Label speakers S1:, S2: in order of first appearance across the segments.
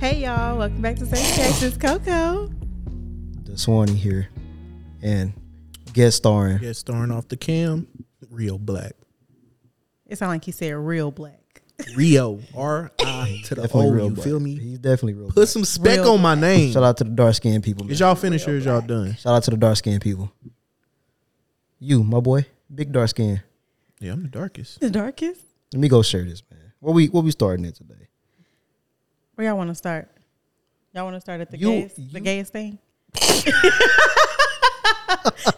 S1: Hey y'all, welcome back to Safe Texas. Coco.
S2: The Swanee here, and guest starring.
S3: Get starring off the cam, real black.
S1: It sounds like he said real black.
S3: Rio R I to the
S2: Definitely
S3: O.
S2: real
S3: Oh, You
S2: black.
S3: feel me?
S2: He's definitely real.
S3: Put some speck
S1: Real
S3: on my
S2: black.
S3: name.
S2: Shout out to the dark skinned people. man.
S3: Is y'all finished or is y'all done?
S2: Shout out to the dark skinned people. You, my boy, big dark skin.
S3: Yeah, I'm the darkest.
S1: The darkest?
S2: Let me go share this, man. What we what we starting at today?
S1: Where y'all wanna start? Y'all wanna start at the
S2: You-
S1: gayest the
S2: you-
S1: gayest thing?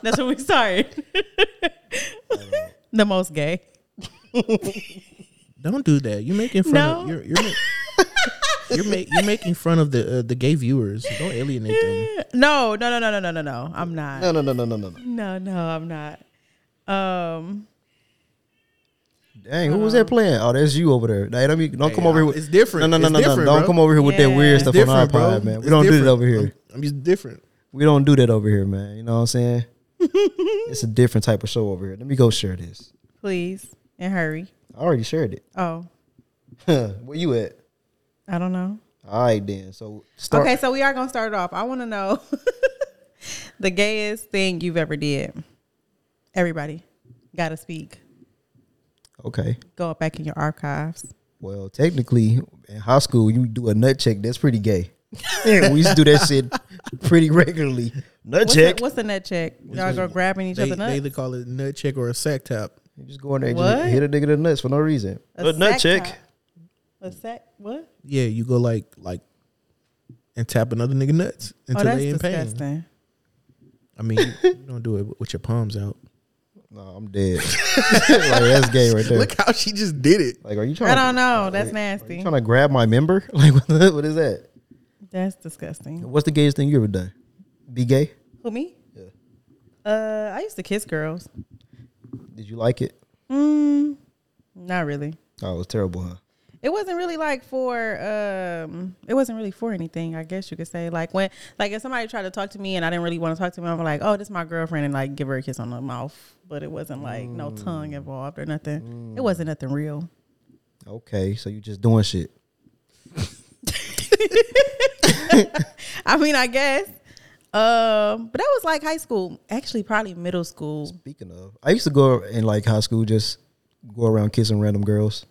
S1: That's where we start. the most gay.
S3: Don't do that. You're making fun
S1: No.
S3: of you're you're, ma- you're, ma- you're making fun of the uh, the gay viewers. Don't alienate them.
S1: No, no, no, no, no, no, no, no. I'm not.
S2: No, no, no, no, no, no, no.
S1: No, no, I'm not. Um
S2: Dang, who was that playing? Oh, that's you over there. Hey, don't be, don't come over here. With,
S3: it's different.
S2: No, no,
S3: It's
S2: no, no, no.
S3: different,
S2: Don't
S3: bro.
S2: come over here with that
S1: Yeah.
S2: weird
S1: It's
S2: stuff on our pod, man. We
S3: It's
S2: don't do
S3: different.
S2: that over here.
S3: I'm, I'm just different.
S2: We don't do that over here, man. You know what I'm saying? it's a different type of show over here. Let me go share this.
S1: please and hurry.
S2: I already shared it.
S1: Oh,
S2: Where you at?
S1: I don't know.
S2: All right, then. So start.
S1: Okay, so we are gonna start it off. I want to know the gayest thing you've ever did. Everybody, gotta speak.
S2: Okay.
S1: Go back in your archives.
S2: Well, technically, in high school, you do a nut check. That's pretty gay. we used to do that shit pretty regularly. Nut
S1: What's
S2: check.
S1: The, what's the nut check? Y'all go grabbing each
S3: They,
S1: other
S3: they
S1: nuts.
S3: either call it a nut check or a sack tap.
S2: You just go in there and
S1: What?
S2: just hit a nigga in the nuts for no reason.
S1: A sack
S2: nut check.
S1: tap. A sack? What?
S3: Yeah, you go like like and tap another nigga nuts
S1: Oh,
S3: until
S1: that's
S3: they in pain.
S1: disgusting.
S3: I mean, you- you don't do it with your palms out.
S2: No, I'm dead. like that's gay right there.
S3: Look how she just did it.
S2: like, are you trying?
S1: I don't
S2: to,
S1: know. That's
S2: Are you
S1: nasty.
S2: trying to grab my member? Like, what, the, what is that?
S1: That's disgusting.
S2: What's the gayest thing you ever done? Be gay?
S1: Who me?
S2: Yeah.
S1: Uh, I used to kiss girls.
S2: Did you like it?
S1: Mm, not really.
S2: Oh, it was terrible, huh?
S1: it wasn't really like for um it wasn't really for anything i guess you could say like when like if somebody tried to talk to me and i didn't really want to talk to them i'm like oh this is my girlfriend and like give her a kiss on the mouth but it wasn't like no tongue involved or nothing it wasn't nothing real
S2: Okay, so you just doing shit.
S1: i mean i guess um but that was like high school actually probably middle school
S2: Speaking of, I used to go in like high school, just go around kissing random girls.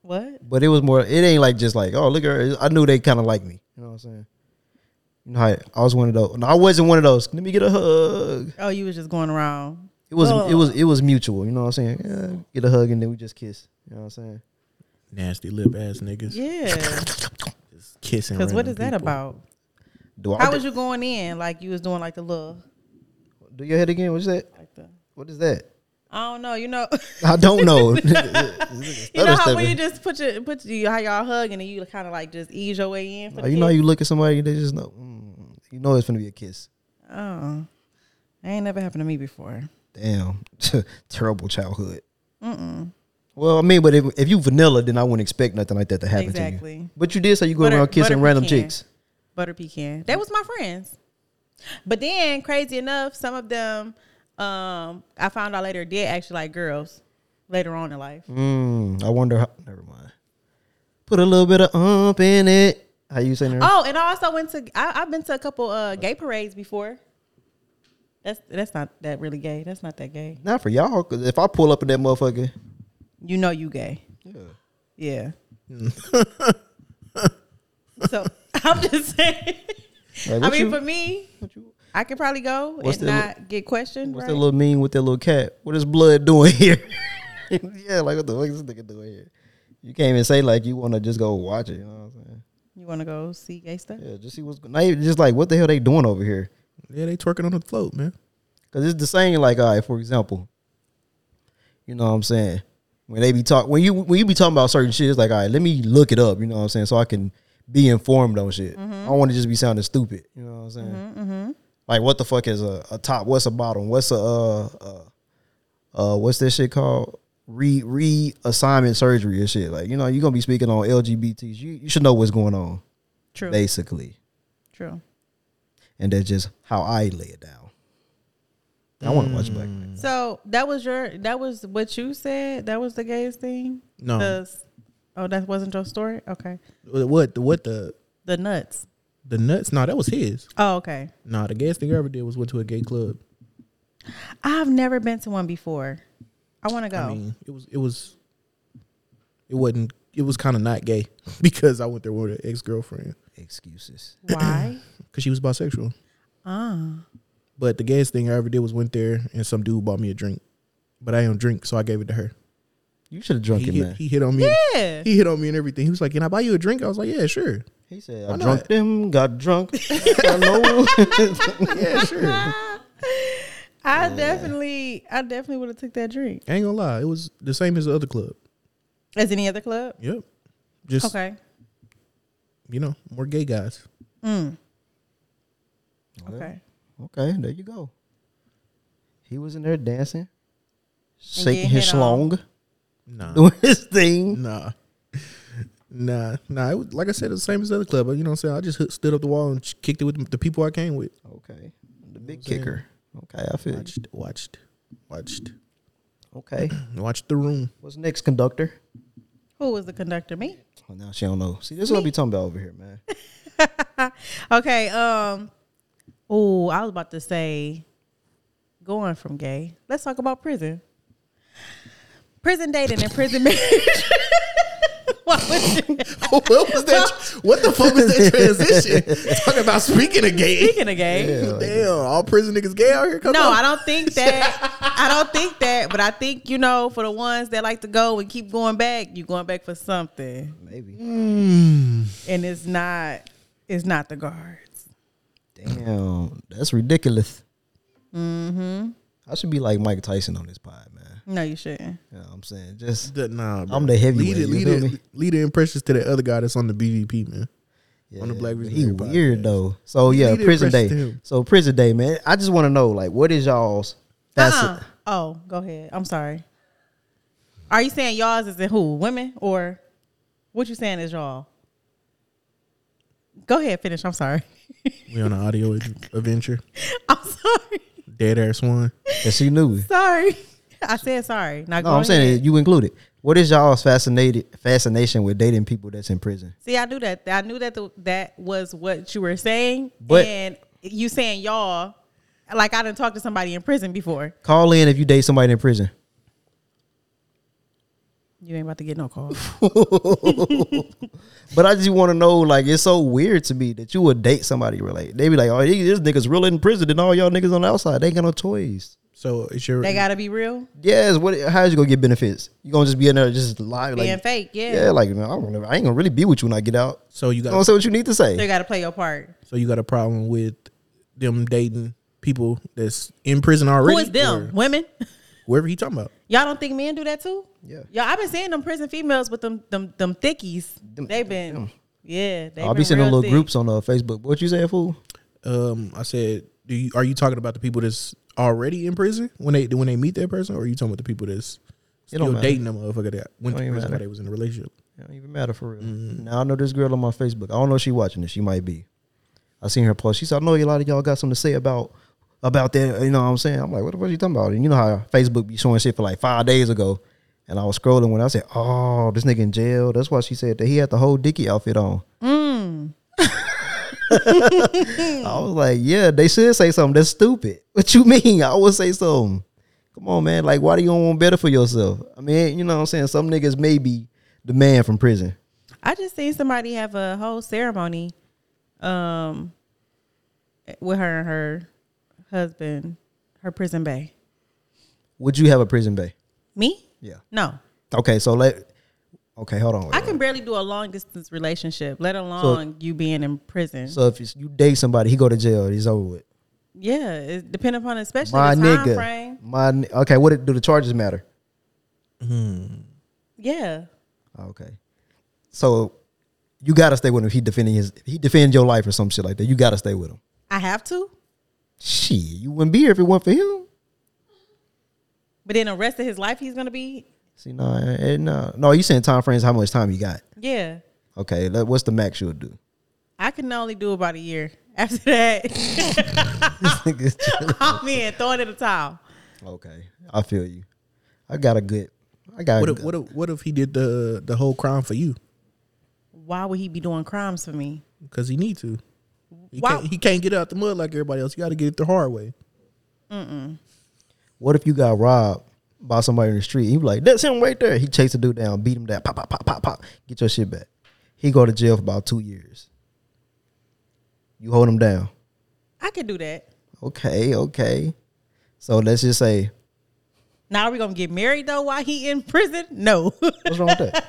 S1: what
S2: But it was more. It ain't like just like oh look at her. I knew they kind of like me. You know what I'm saying? You know, I, I was one of those. No, I wasn't one of those. Let me get a hug.
S1: oh you was just going around
S2: It was
S1: Ugh.
S2: it was it was mutual. You know what I'm saying? Yeah, get a hug and then we just kiss. You know what I'm saying?
S3: Nasty lip ass niggas
S1: yeah
S3: just kissing.
S1: because what
S3: random
S1: is that
S3: people.
S1: about
S2: Do I
S1: how was you going in like you was doing like the little
S2: do your head again? What's that?
S1: like the
S2: What is that?
S1: i don't know you know
S2: I don't know.
S1: You know how when you
S2: you,
S1: just put your put you how y'all hug and then you kind of like just ease your way in for the
S2: Oh, you know
S1: kiss?
S2: you look at somebody, they just know. Mm, you know it's gonna be a kiss.
S1: Oh, that ain't never happened to me before.
S2: Damn, terrible childhood. Well, I mean, but if, if you vanilla, then I wouldn't expect nothing like that to happen to
S1: Exactly.
S2: you. But you did say you go
S1: Butter-
S2: around
S1: butter
S2: kissing random
S1: pecan.
S2: chicks.
S1: Butter pecan. That was my friends. But then, crazy enough, some of them um I found out later did actually like girls later on in life.
S2: Mm, I wonder how. Never mind. Put a little bit of ump in it. How you saying that?
S1: Oh, and I also went to I, I've been to a couple uh gay parades before. That's that's not that really gay. That's not that gay.
S2: Not for y'all. Cause if I pull up in that motherfucker,
S1: You know you gay. Yeah. so I'm just saying.
S2: Like,
S1: I
S2: what
S1: mean,
S2: you-
S1: for me,
S2: what you-
S1: I could probably go
S2: What's
S1: and
S2: that
S1: not get questioned.
S2: what's
S1: Right?
S2: that little mean with that little cat? What is blood doing here? yeah, like what the fuck is this nigga doing here? You can't even say like you want to just go watch it. You know what I'm saying?
S1: you want to go see gay stuff?
S2: Yeah, just see what's not even, just like what the hell they doing over here.
S3: Yeah, they twerking on the float, man.
S2: Cause it's the same. Like, all right, for example, you know what I'm saying. When they be talk, when you when you be talking about certain shit, it's like, all right, let me look it up. You know what I'm saying, so I can be informed on shit. I don't want to just be sounding stupid. You know what I'm saying. Like, what the fuck is a, a top? What's a bottom? What's a uh, uh, uh what's this shit called? Re reassignment surgery and shit. Like, you know, you're gonna be speaking on LGBTs. You you should know what's going on,
S1: True.
S2: basically.
S1: True.
S2: And that's just how I lay it down. I want to watch Black Panther. Um.
S1: So that was your that was what you said. That was the gayest thing.
S3: No.
S1: The s- Oh, that wasn't your story. Okay,
S3: What? The, what the
S1: the nuts.
S3: the nuts? No, that was his.
S1: Oh, okay.
S3: No, the gayest thing I ever did was went to a gay club.
S1: I've never been to one before. I want to go.
S3: I mean, it was it was it wasn't it was kind of not gay because I went there with an ex girlfriend
S2: Excuses.
S1: Why?
S3: because she was bisexual.
S1: Ah,
S3: But the gayest thing I ever did was went there and some dude bought me a drink, but I don't drink, so I gave it to her.
S2: You should have drunk
S3: He
S2: him,
S3: hit,
S2: man.
S3: he hit on me.
S1: yeah.
S3: He hit on me and everything. He was like, "Can I buy you a drink?" I was like, "Yeah, sure."
S2: He said, "I
S3: not?
S2: drunk them, got drunk." I know.
S3: yeah, sure. I
S1: I definitely, I definitely would have took that drink.
S3: ain't gonna lie, it was the same as the other club.
S1: As any other club.
S3: Yep. Just
S1: Okay.
S3: you know, more gay guys.
S1: Mm.
S2: Well,
S1: Okay.
S2: Okay, there you go. He was in there dancing,
S1: getting
S2: shaking his
S1: hit on.
S2: schlong,
S3: Nah,
S2: doing his thing.
S3: nah, nah, nah. It was, like I said, it was the same as the other club. But you know what I'm saying? I just hook- stood up the wall and ch- kicked it with the, the people I came with.
S2: Okay, the big kicker. Okay, I feel. you.
S3: Watched, watched, watched,
S2: Okay,
S3: watched the room.
S2: what's next, conductor?
S1: Who was the conductor? Me.
S2: Oh, now she don't know. See, this is what I be talking about over here, man.
S1: Okay. Um. Oh, I was about to say, going from gay. Let's talk about prison. Prison dating and prison marriage. Why would you-
S3: what was that? What the fuck was that transition? Talking about speaking of gay.
S1: Speaking of gay.
S3: Damn, all prison niggas gay out here. Come
S1: No,
S3: on.
S1: I don't think that. I don't think that. But I think you know, for the ones that like to go and keep going back, you going back for something,
S2: Maybe.
S1: and it's not. It's not the guards.
S2: Damn, that's ridiculous. Mm-hmm. I should be like Mike Tyson on this pod, man.
S1: No, you shouldn't.
S2: You know what I'm saying? Just
S3: The- nah, bro.
S2: I'm the heavyweight,
S3: Lead, it-
S2: you
S3: lead,
S2: feel
S3: it-
S2: me?
S3: lead the impressions to that other guy that's on the BVP, man.
S2: yeah,
S3: On the Black
S2: but
S3: Reason
S2: He
S3: Everybody
S2: weird
S3: Podcast.
S2: though. So
S3: He
S2: yeah,
S3: did
S2: prison
S3: press to
S2: day.
S3: him.
S2: So prison day, man. I just want to know, like, what is y'all's? That's
S1: uh-uh. Oh, go ahead. I'm sorry. Are you saying y'all's is in who? Women or what you saying is y'all? Go ahead, finish. I'm sorry.
S3: We on an audio ad- adventure.
S1: I'm sorry.
S3: Dead ass one.
S2: it. And she knew it.
S1: Sorry. I said sorry. Now
S2: No,
S1: go
S2: I'm saying
S1: ahead.
S2: that you included. What is y'all's fascinated fascination with dating people that's in prison?
S1: See, I knew that. I knew that the, that was what you were saying,
S2: But-
S1: and you saying y'all, like I didn't talk to somebody in prison before.
S2: Call in if you date somebody in prison.
S1: You ain't about to get no call.
S2: But I just want to know, like, it's so weird to me that you would date somebody. Where like they be like, oh, this nigga's real in prison, and all y'all niggas on the outside, they ain't got no toys.
S3: So it's your
S1: they gotta be real,
S2: Yes, what? How's you gonna get benefits? You gonna just be in there just lie,
S1: being
S2: like,
S1: fake. Yeah.
S2: yeah, like, man, I, don't know, I ain't gonna really be with you when I get out.
S3: so you
S2: You don't
S3: got
S2: say what you need to
S1: they
S2: say.
S1: gotta play your part.
S3: so you got a problem with them dating people that's in prison already.
S1: Who is them?
S3: or
S1: Women?
S3: Whoever he talking about.
S1: Y'all don't think men do that too?
S2: Yeah.
S1: Y'all, I've been seeing them prison females with them them them thickies. They've been, yeah. They've
S2: I'll
S1: been
S2: be sending
S1: real
S2: little
S1: thick.
S2: groups on uh, Facebook. What you saying, fool?
S3: Um, I said, do you are you talking about the people that's already in prison when they when they meet that person, or are you talking about the people that's
S2: don't
S3: still
S2: matter.
S3: dating them motherfucker that went
S2: Don't
S3: to
S2: even matter.
S3: prison while they was in a relationship?
S2: It don't even matter for real. Mm-hmm. Now I know this girl on my Facebook. I don't know if she watching this. She might be. I seen her post. She said, I know a lot of y'all got something to say about about that. You know what I'm saying? I'm like, what the fuck you talking about? And you know how Facebook be showing shit for like five days ago. And I was scrolling when I said, Oh, this nigga in jail. That's why she said that he had the whole Dickie outfit on. I was like, Yeah, they should say something. That's stupid. What you mean? I would say something. Come on, man. Like, why do you don't want better for yourself? I mean, you know what I'm saying? Some niggas may be the man from prison.
S1: I just seen somebody have a whole ceremony, um, with her and her husband, her prison bay.
S2: Would you have a prison bay?
S1: Me?
S2: Yeah.
S1: No,
S2: Okay, so let. Okay, hold on.
S1: I can barely do a long distance relationship, let alone you being in prison.
S2: So if it's- you date somebody, he go to jail. He's over with.
S1: yeah, it depend upon especially
S2: My
S1: the time
S2: nigga.
S1: frame.
S2: My ni- okay. What it- do the charges matter?
S1: Yeah,
S2: Okay, so you gotta stay with him. If he defending his. He defends your life or some shit like that. You gotta stay with him.
S1: I have to,
S2: Shit, you wouldn't be here if it weren't for him.
S1: but then the rest of his life he's gonna be.
S2: See, no, eh, no, no. You saying time frames? How much time you got?
S1: Yeah,
S2: Okay, let- what's the max you'll do?
S1: I can only do about a year. After that, I'm in throwing it in the towel.
S2: okay, I feel you. I got a good I got
S3: What if what if what if he did the the whole crime for you?
S1: Why would he be doing crimes for me?
S3: Because he need to. He
S1: Wow.
S3: can't he can't get out the mud like everybody else. You got to get it the hard way.
S2: What if you got robbed by somebody in the street? You be like, that's him right there. He chased the dude down, beat him down, pop, pop, pop, pop, pop. Get your shit back. He go to jail for about two years. You hold him down.
S1: I could do that.
S2: Okay, okay. So let's just say,
S1: Now are we gonna get married though while he in prison? No.
S2: what's wrong with that?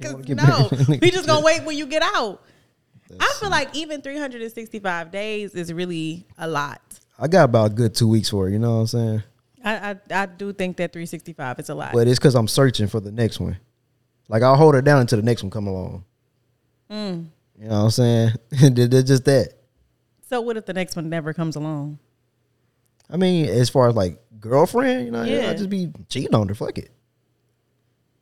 S1: 'Cause
S2: wanna get
S1: no,
S2: married.
S1: we just gonna wait when you get out. I feel like even 365 days is really a lot.
S2: I got about a good two weeks for it. You know what I'm saying?
S1: I I, I do think that 365 is a lot.
S2: But it's because I'm searching for the next one. Like I'll hold her down until the next one come along.
S1: Mm.
S2: You know what I'm saying? It's just that.
S1: So what if the next one never comes along?
S2: I mean, as far as like girlfriend, you know,
S1: Yeah.
S2: I just be cheating on her. Fuck it.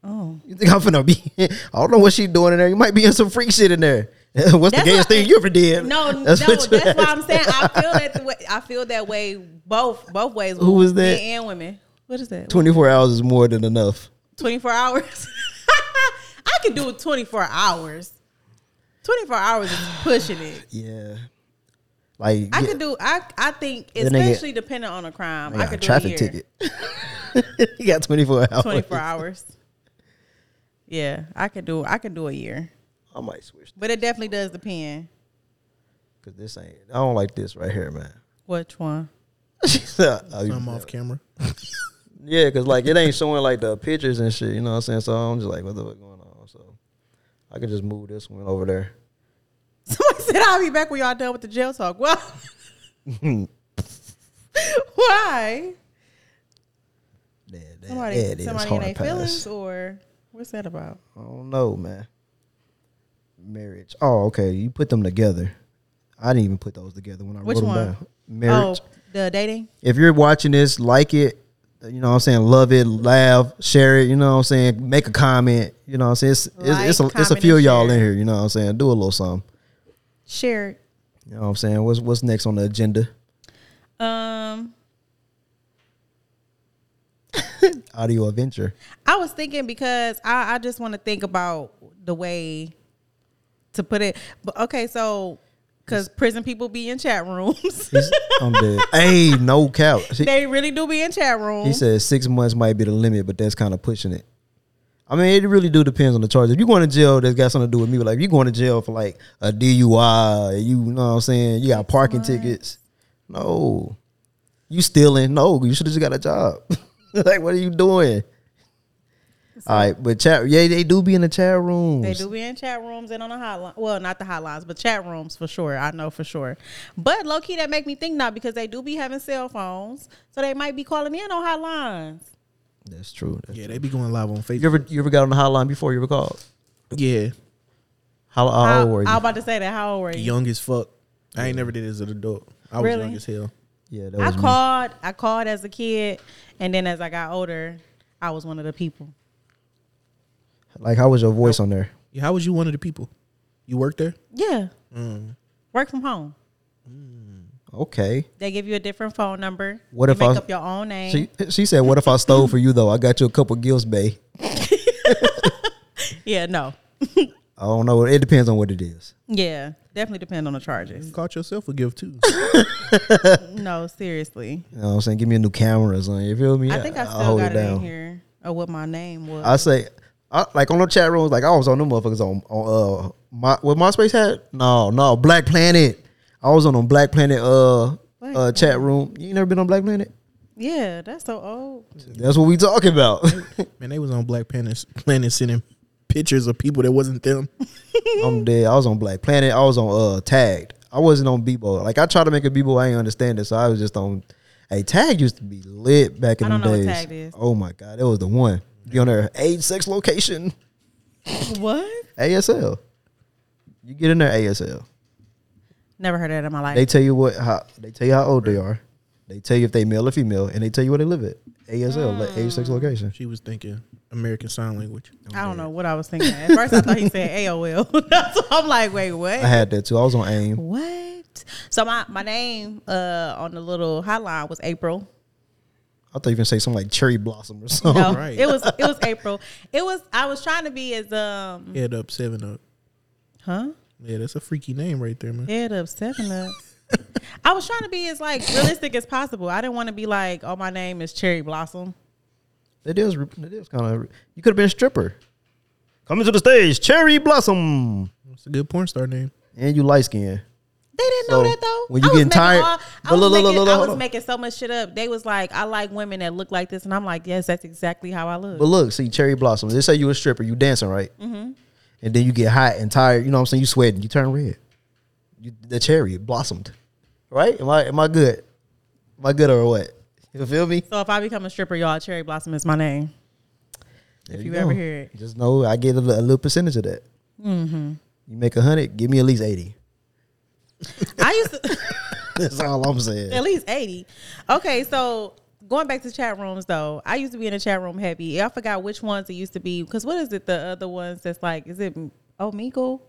S1: Oh,
S2: You think I'm finna be? I don't know what she doing in there. You might be in some freak shit in there. What's the
S1: That's
S2: gayest
S1: why-
S2: thing you ever did?
S1: No, no,
S2: what you
S1: that's why
S2: asked.
S1: I'm saying I feel that the way, I feel that way both both ways.
S2: Who was that?
S1: Men and women. What is that?
S2: 24 hours is more than enough.
S1: 24 hours. I could do it 24 hours. 24 hours is pushing it.
S2: Yeah. Like
S1: I
S2: yeah,
S1: could do. I I think
S2: Then they get-
S1: especially depending on a crime,
S2: I
S1: I
S2: got a
S1: could do
S2: traffic
S1: a year.
S2: ticket. you got 24 hours.
S1: 24 hours. Yeah, I could do. I could do a year,
S2: I might switch
S1: but it definitely does depend.
S2: because this ain't. I don't like this right here, man.
S1: Which one?
S3: I'm off camera.
S2: Yeah, because like it ain't showing like the pictures and shit. You know what I'm saying? So I'm just like, what the fuck going on? So I could just move this one over there.
S1: Somebody said I'll be back when y'all done with the jail talk. Well, why?
S2: Yeah, that-
S1: Somebody,
S2: yeah, it is
S1: somebody in
S2: hard
S1: their
S2: pass.
S1: feelings, or what's that about?
S2: I don't know, man. Marriage. Oh, okay. You put them together. I didn't even put those together when I
S1: Which
S2: wrote
S1: one?
S2: them down. Marriage.
S1: Oh, the dating.
S2: If you're watching this, like it. You know what I'm saying? Love it, laugh, share it. You know what I'm saying? Make a comment. You know what I'm saying? It's,
S1: Like,
S2: it's, it's, a, it's a
S1: comment,
S2: few
S1: and
S2: y'all
S1: share.
S2: in here. You know what I'm saying? Do a little something.
S1: Shared.
S2: You know what I'm saying? What's what's next on the agenda?
S1: Um,
S2: Audio adventure.
S1: I was thinking because I, I just want to think about the way to put it. But okay, so because prison people be in chat rooms,
S2: He's, I'm dead. hey, no couch. He,
S1: they really do be in chat rooms.
S2: he said six months might be the limit, but that's kind of pushing it. I mean, it really do depends on the charge. If you going to jail, that's got something to do with me. But like, if you going to jail for like a DUI, you know what I'm saying? You got parking tickets. No, you stealing. No, you should have just got a job. like, what are you doing? All right, but chat. Yeah, they do be in the chat rooms.
S1: They do be in chat rooms and on the hotline. Well, not the hotlines, but chat rooms for sure. I know for sure. But low key, that make me think now because they do be having cell phones, so they might be calling in on hotlines.
S2: That's true. That's-
S3: Yeah, they be going live on
S2: You
S3: Facebook.
S2: ever you ever got on the hotline before you ever called?
S3: Yeah,
S2: How, how
S1: I,
S2: old were you?
S1: I was about to say that. How old were you?
S3: young as fuck. I ain't never did it as an adult. I was
S1: Really?
S3: young as hell.
S2: yeah, that
S1: I
S2: was me.
S1: called. I called as a kid, and then as I got older, I was one of the people.
S2: Like, how was your voice on there?
S3: Yeah, how was you one of the people? You worked there?
S1: Yeah. Mm. Work from home.
S2: Okay.
S1: They give you a different phone number.
S2: What
S1: you
S2: if I
S1: make
S2: was-
S1: up your own name?
S2: She she said, "What if I stole for you though? I got you a couple gills, bae.
S1: yeah, no.
S2: I don't know. It depends on what it is.
S1: Yeah. Definitely depend on the charges.
S3: You caught yourself a gift too.
S1: No, seriously.
S2: You know what I'm saying? Give me a new camera or something. You feel me?
S1: I think I
S2: I'll
S1: still got it, in here or what my name was.
S2: I say, I, like on the chat rooms, like I was on them motherfuckers on, on uh my what MySpace had? No, no, Black Planet. I was on them Black Planet uh
S1: Black
S2: uh chat room. You ain't never been on Black Planet?
S1: yeah, that's so old.
S2: That's what we talking about.
S3: Man, they was on Black Planet, Planet sending pictures of people that wasn't them.
S2: I'm dead. I was on Black Planet. I was on uh Tagged. I wasn't on Bebo. Like I tried to make a Bebo. I ain't understand it, so I was just on. Hey, Tag used to be lit back in
S1: I don't
S2: the
S1: know what
S2: days.
S1: Tagged is.
S2: Oh my god, it was the one. You on there? Age, sex, location,
S1: what?
S2: ASL. You get in there ASL.
S1: Never heard that in my life.
S2: They tell you what how they tell you how old they are. They tell you if they male or female, and they tell you where they live at. ASL, like age,
S1: Oh.
S2: sex, location.
S3: She was thinking American Sign Language.
S1: I don't know what I was thinking. At first, I thought he said AOL. That's why I'm like, wait, what?
S2: I had that too. I was on AIM.
S1: what? So my my name uh, on the little hotline was April.
S2: I thought you were gonna say something like cherry blossom or something.
S1: No,
S3: right.
S1: it was it was April. It was I was trying to be as um
S3: Head up, seven up.
S1: huh
S3: Yeah, that's a freaky name right there, man.
S1: head up seven up. I was trying to be as like realistic as possible. I didn't want to be like, oh, my name is Cherry Blossom.
S2: It is. It is kind of. You could have been a stripper. Coming to the stage, cherry blossom,
S3: It's a good porn star name.
S2: and you light skin.
S1: They didn't
S2: So,
S1: know that though.
S2: when you
S1: I was making
S2: getting tired-
S1: all-
S2: But
S1: I was,
S2: look, look,
S1: making,
S2: look,
S1: I
S2: hold
S1: was
S2: on.
S1: making so much shit up. They was like, I like women that look like this, and I'm like, yes, that's exactly how I look.
S2: But look, see, cherry blossom. They say you a stripper, you dancing right,
S1: Mm-hmm.
S2: and then you get hot and tired. You know what I'm saying? You sweating, you turn red. You, the cherry blossomed, right? Am I am I good? Am I good or what? You feel me?
S1: so if I become a stripper, y'all, Cherry Blossom is my name.
S2: There
S1: you ever
S2: go.
S1: hear it. Mm-hmm.
S2: just know I get a, li- a little percentage of that. You make a hundred, give me at least eighty.
S1: I used to.
S2: That's all I'm saying.
S1: At least 80. Okay, so going back to chat rooms though, I used to be in a chat room heavy. I forgot which ones it used to be because what is it? The other ones that's like, is it Omegle?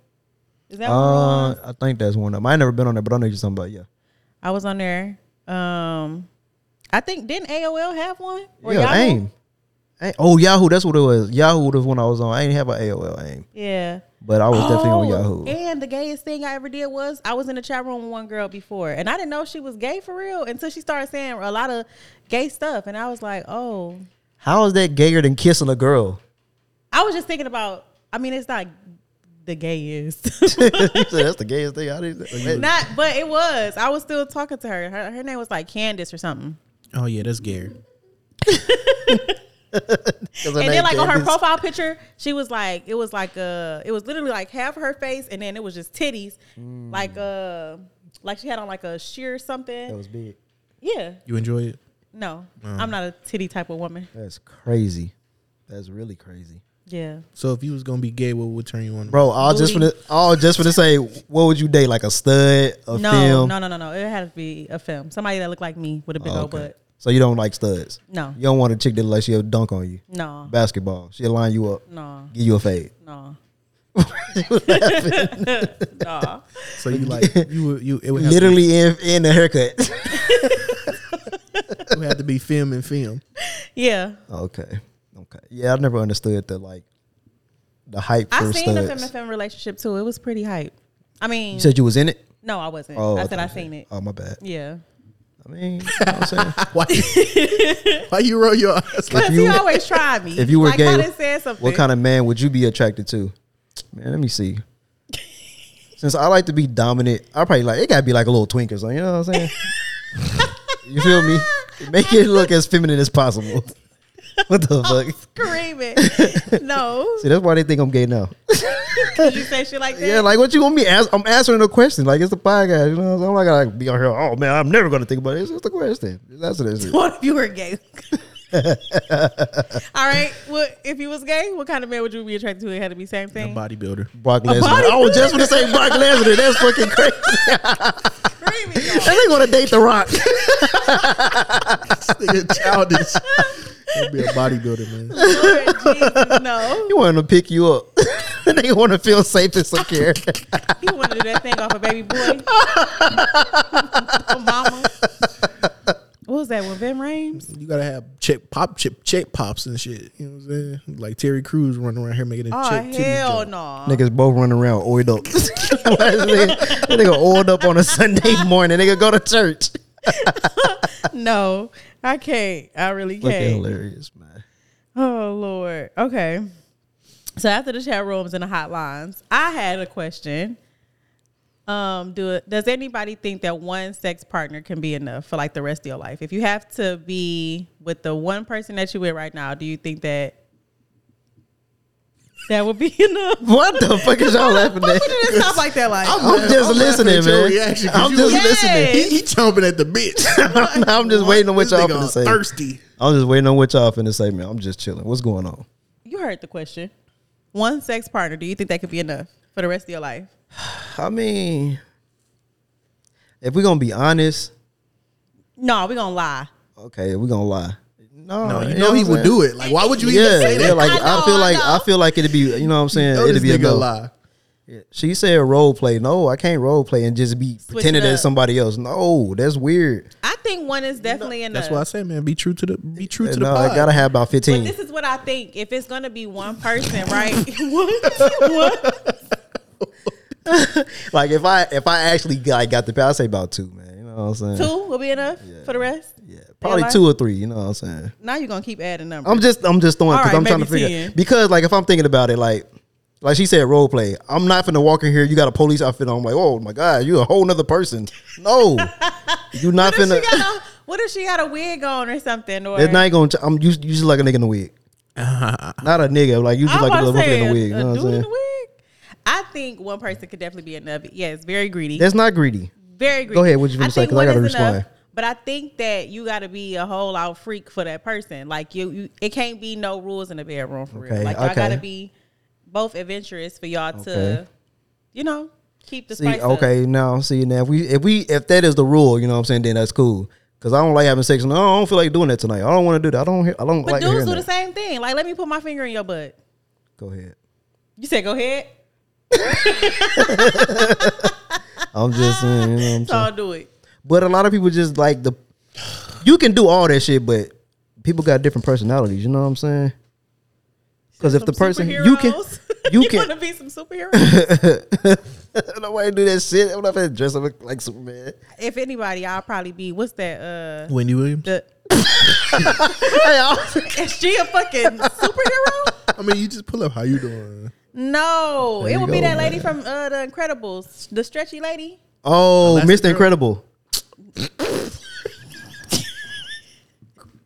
S1: Is that one? of the
S2: Uh,
S1: ones?
S2: I think that's one of them. I ain't never been on there, but I know you're talking about. Yeah,
S1: I was on there. Um, I think didn't AOL have one?
S2: yeah.
S1: Yahoo?
S2: AIM. AIM. Oh, Yahoo. That's what it was. Yahoo was when I was on. I ain't have an AOL AIM,
S1: Yeah.
S2: but I was definitely on
S1: Oh,
S2: Yahoo.
S1: And the gayest thing I ever did was I was in a chat room with one girl before, and I didn't know she was gay for real until she started saying a lot of gay stuff, and I was like, oh,
S2: How is that gayer than kissing a girl?
S1: I was just thinking about. I mean, it's not the gayest,
S2: You said that's the gayest thing. I didn't. that-
S1: not, but it was. I was still talking to her. Her, her name was like Candace or something.
S3: Oh yeah, that's Gary.
S2: 'cause her
S1: And
S2: name
S1: then like on her
S2: Candace.
S1: profile picture, she was like, it was like uh, it was literally like half her face, and then it was just titties,
S2: Mm.
S1: like uh, like she had on like a sheer
S2: That
S1: something.
S2: was big.
S1: Yeah,
S3: You enjoy it?
S1: no,
S2: Mm.
S1: I'm not a titty type of woman.
S2: That's crazy. That's really crazy,
S1: Yeah,
S3: So if you was gonna be gay, what would turn you on?
S2: bro. All just for
S1: Booty.
S2: the, all just for to say, what would you date? Like a stud, a
S1: no,
S2: film?
S1: no, no, no, no. It had to be a film, somebody that looked like me with a big
S2: Oh,
S1: old
S2: okay.
S1: butt.
S2: So you don't like studs?
S1: No,
S2: You don't want a chick that look like she'll dunk on you.
S1: no,
S2: Basketball. She'll line you up,
S1: no,
S2: give you a fade.
S1: no. no.
S3: So you like you would you it would have
S2: Literally in in the haircut.
S3: to be, it would have to be film and film.
S1: Yeah.
S2: okay. Okay. Yeah, I never understood the like the hype for
S1: I seen the
S2: studs.
S1: femme and femme relationship too. It was pretty hype. I mean,
S2: you said you was in it?
S1: no, I wasn't.
S2: Oh,
S1: I
S2: I
S1: said
S2: thought
S1: I
S2: you
S1: seen it.
S2: Oh my bad.
S1: Yeah.
S2: I mean, you know what I'm saying?
S3: Why? why you roll your eyes? Like,
S1: Because he
S2: you-
S1: always tried me.
S2: if you were
S1: like,
S2: gay,
S1: I done said something.
S2: what kind of man would you be attracted to? Man, let me see. Since I like to be dominant, I probably like it gotta be like a little twink or something, you know what I'm saying? you feel me? Make it look as feminine as possible. what the fuck?
S1: Oh. Screaming. no.
S2: See, that's why they think I'm gay now.
S1: Did you say shit like that?
S2: Yeah, like what you want me? Ask, I'm answering a question. Like it's the podcast. You know, so I'm not gonna be on here. Oh man, I'm never gonna think about it. It's just a question. That's what it is.
S1: what if you were gay? All right. Well, if you was gay, what kind of man would you be attracted to? It had to be same
S3: a
S1: thing.
S3: bodybuilder.
S2: Brock Lesnar.
S1: body-
S2: I was just gonna say Brock Lesnar. That's fucking crazy.
S1: Screaming. y'all.
S2: they gonna date The Rock.
S3: This nigga childish. He'll be a bodybuilder, man.
S1: Lord Jesus, no.
S2: He wanted to pick you up. and they want to feel safe and secure.
S1: He wanted to do that thing off a baby boy. Mama. What was that with Vin Rames?
S3: You gotta have check pop chip check pops and shit. You know what I'm saying? Like Terry Crews running around here making a
S1: Oh
S3: check.
S1: hell no!
S2: Niggas both running around oiled up. that nigga oiled up on a Sunday morning. Nigga go to church.
S1: No, I can't. I really
S2: Fucking
S1: can't.
S2: hilarious, man.
S1: Oh lord. Okay. So after the chat rooms and the hotlines, I had a question. Um, do it, does anybody think that one sex partner can be enough for like the rest of your life? If you have to be with the one person that you with right now, do you think that that would be enough?
S2: What the fuck is y'all laughing
S1: Why
S2: at?
S1: would you just stop like that? Like,
S2: I'm, just
S3: I'm laughing
S2: listening,
S3: at your
S2: man.
S3: reaction 'cause
S2: I'm
S3: you-
S2: just
S1: Yes.
S2: listening.
S3: He, he chomping at the bitch.
S2: I'm just waiting on what
S3: This
S2: y'all
S3: nigga
S2: finna say.
S3: Thirsty.
S2: I'm just waiting on what y'all finna say, man. I'm just chilling. What's going on?
S1: you heard the question. One sex partner, do you think that could be enough for the rest of your life?
S2: I mean, if we're gonna be honest,
S1: No, we're gonna lie.
S2: okay, we're gonna lie. No,
S3: No, you know he would do it. Like why would you
S2: Oh, Yeah,
S3: even say
S2: yeah.
S3: that?
S2: Like
S1: I
S2: I,
S1: know,
S2: feel
S1: I
S2: like I
S1: know.
S2: feel like it'd be, you know, what I'm saying,
S3: Know
S2: it'd
S3: this
S2: be a
S3: nigga
S2: no.
S3: lie.
S2: She said role play. No, I can't role play and just be pretending
S1: it
S2: that's
S1: up.
S2: somebody else. No, that's weird.
S1: I think one is definitely enough.
S3: That's why I say, man, be true to the be true to the
S2: No, I
S3: pod.
S2: gotta have about
S1: but
S2: fifteen.
S1: this is what I think. If it's gonna be one person, right? what? what?
S2: like if I if I actually like got the pass, I say about two, man. You know what I'm saying?
S1: Two will be enough for the rest.
S2: Yeah, probably
S1: like-
S2: two or three. You know what I'm saying?
S1: Now you're gonna keep adding numbers.
S2: I'm just I'm just throwing
S1: All
S2: because
S1: right,
S2: I'm trying to
S1: maybe
S2: figure
S1: 10.
S2: because like if I'm thinking about it, like like she said, role play. I'm not finna walk in here. You got a police outfit on. I'm like, oh my god, you a whole nother person. No, you not
S1: what, if
S2: finna.
S1: she got a, what if she got a wig on or something? Or
S2: It's not gonna. Ch- I'm you. You just like a nigga in a wig. not a nigga. Like you just
S1: I'm
S2: like a
S1: about
S2: little
S1: to
S2: motherfucker
S1: say,
S2: in a wig. You know what
S1: dude
S2: I'm saying?
S1: in a wig. I think one person could definitely be enough. Yes, very greedy.
S2: That's not greedy.
S1: very greedy.
S2: ahead, what you
S1: I
S2: finna say,
S1: think
S2: 'cause I
S1: one
S2: gotta
S1: is enough,
S2: respond.
S1: But I think that you got to be a whole out freak for that person. Like you, you it can't be no rules in the bedroom for
S2: Okay,
S1: real. Like y'all
S2: okay.
S1: got to be both adventurous for y'all
S2: Okay.
S1: to, you know, keep the
S2: See,
S1: spice. up.
S2: okay, now see now if we if we if that is the rule, you know what I'm saying, then that's cool. Cause I don't like having sex. No, I don't feel like doing that tonight. I don't want to do that. I don't. hear- I don't
S1: But
S2: like
S1: dudes
S2: hearing
S1: do the
S2: that.
S1: same thing. Like, let me put my finger in your butt.
S2: Go ahead.
S1: You said, go ahead.
S2: I'm just saying. You know what I'm
S1: So I'll do it.
S2: But a lot of people just like the you can do all that shit, but people got different personalities, you know what I'm saying? Because if the person you can
S1: Superheroes.
S2: you can-
S1: want to be some superhero.
S2: nobody do that shit. I'm not gonna dress up like Superman.
S1: if anybody, I'll probably be. What's that? Uh,
S3: Wendy Williams.
S1: the
S2: Hey, I-
S1: is she a fucking superhero?
S3: I mean, you just pull up. How you doing?
S1: No,
S2: There
S1: it
S2: you
S1: would be
S2: go,
S1: that lady
S2: man.
S1: from uh, the Incredibles, the stretchy lady.
S2: oh,
S3: Unless
S2: Mr.
S3: you're-
S2: Incredible.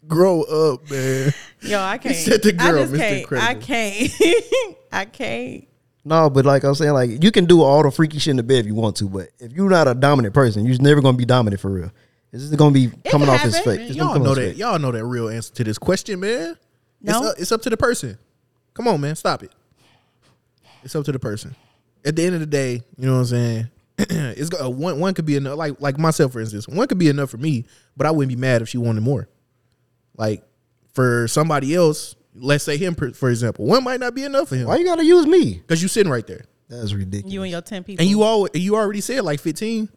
S3: Grow up, man.
S1: Yo, I can't.
S3: said the girl,
S1: I just
S3: Mr.
S1: can't. I
S3: Incredible.
S1: can't. I can't.
S2: No, but like I'm saying, like you can do all the freaky shit in the bed if you want to, but if you're not a dominant person, you're never gonna be dominant for real. It's just gonna be coming off his
S1: happen.
S2: fake. It's gonna
S3: Y'all
S2: come
S3: know
S2: off
S3: that.
S2: his fake.
S3: Y'all know that real answer to this question, man.
S1: No?
S3: it's up, it's up to the person. Come on, man, stop it. It's up to the person. At the end of the day, you know what I'm saying. it's go- uh, one. One could be enough. Like like myself, for instance, one could be enough for me, but I wouldn't be mad if she wanted more. Like for somebody else, let's say him, per- for example, one might not be enough for him
S2: Why you gotta use me?
S3: because you sitting right there,
S2: That's ridiculous.
S1: You and your ten people.
S3: and you all you already said like 15,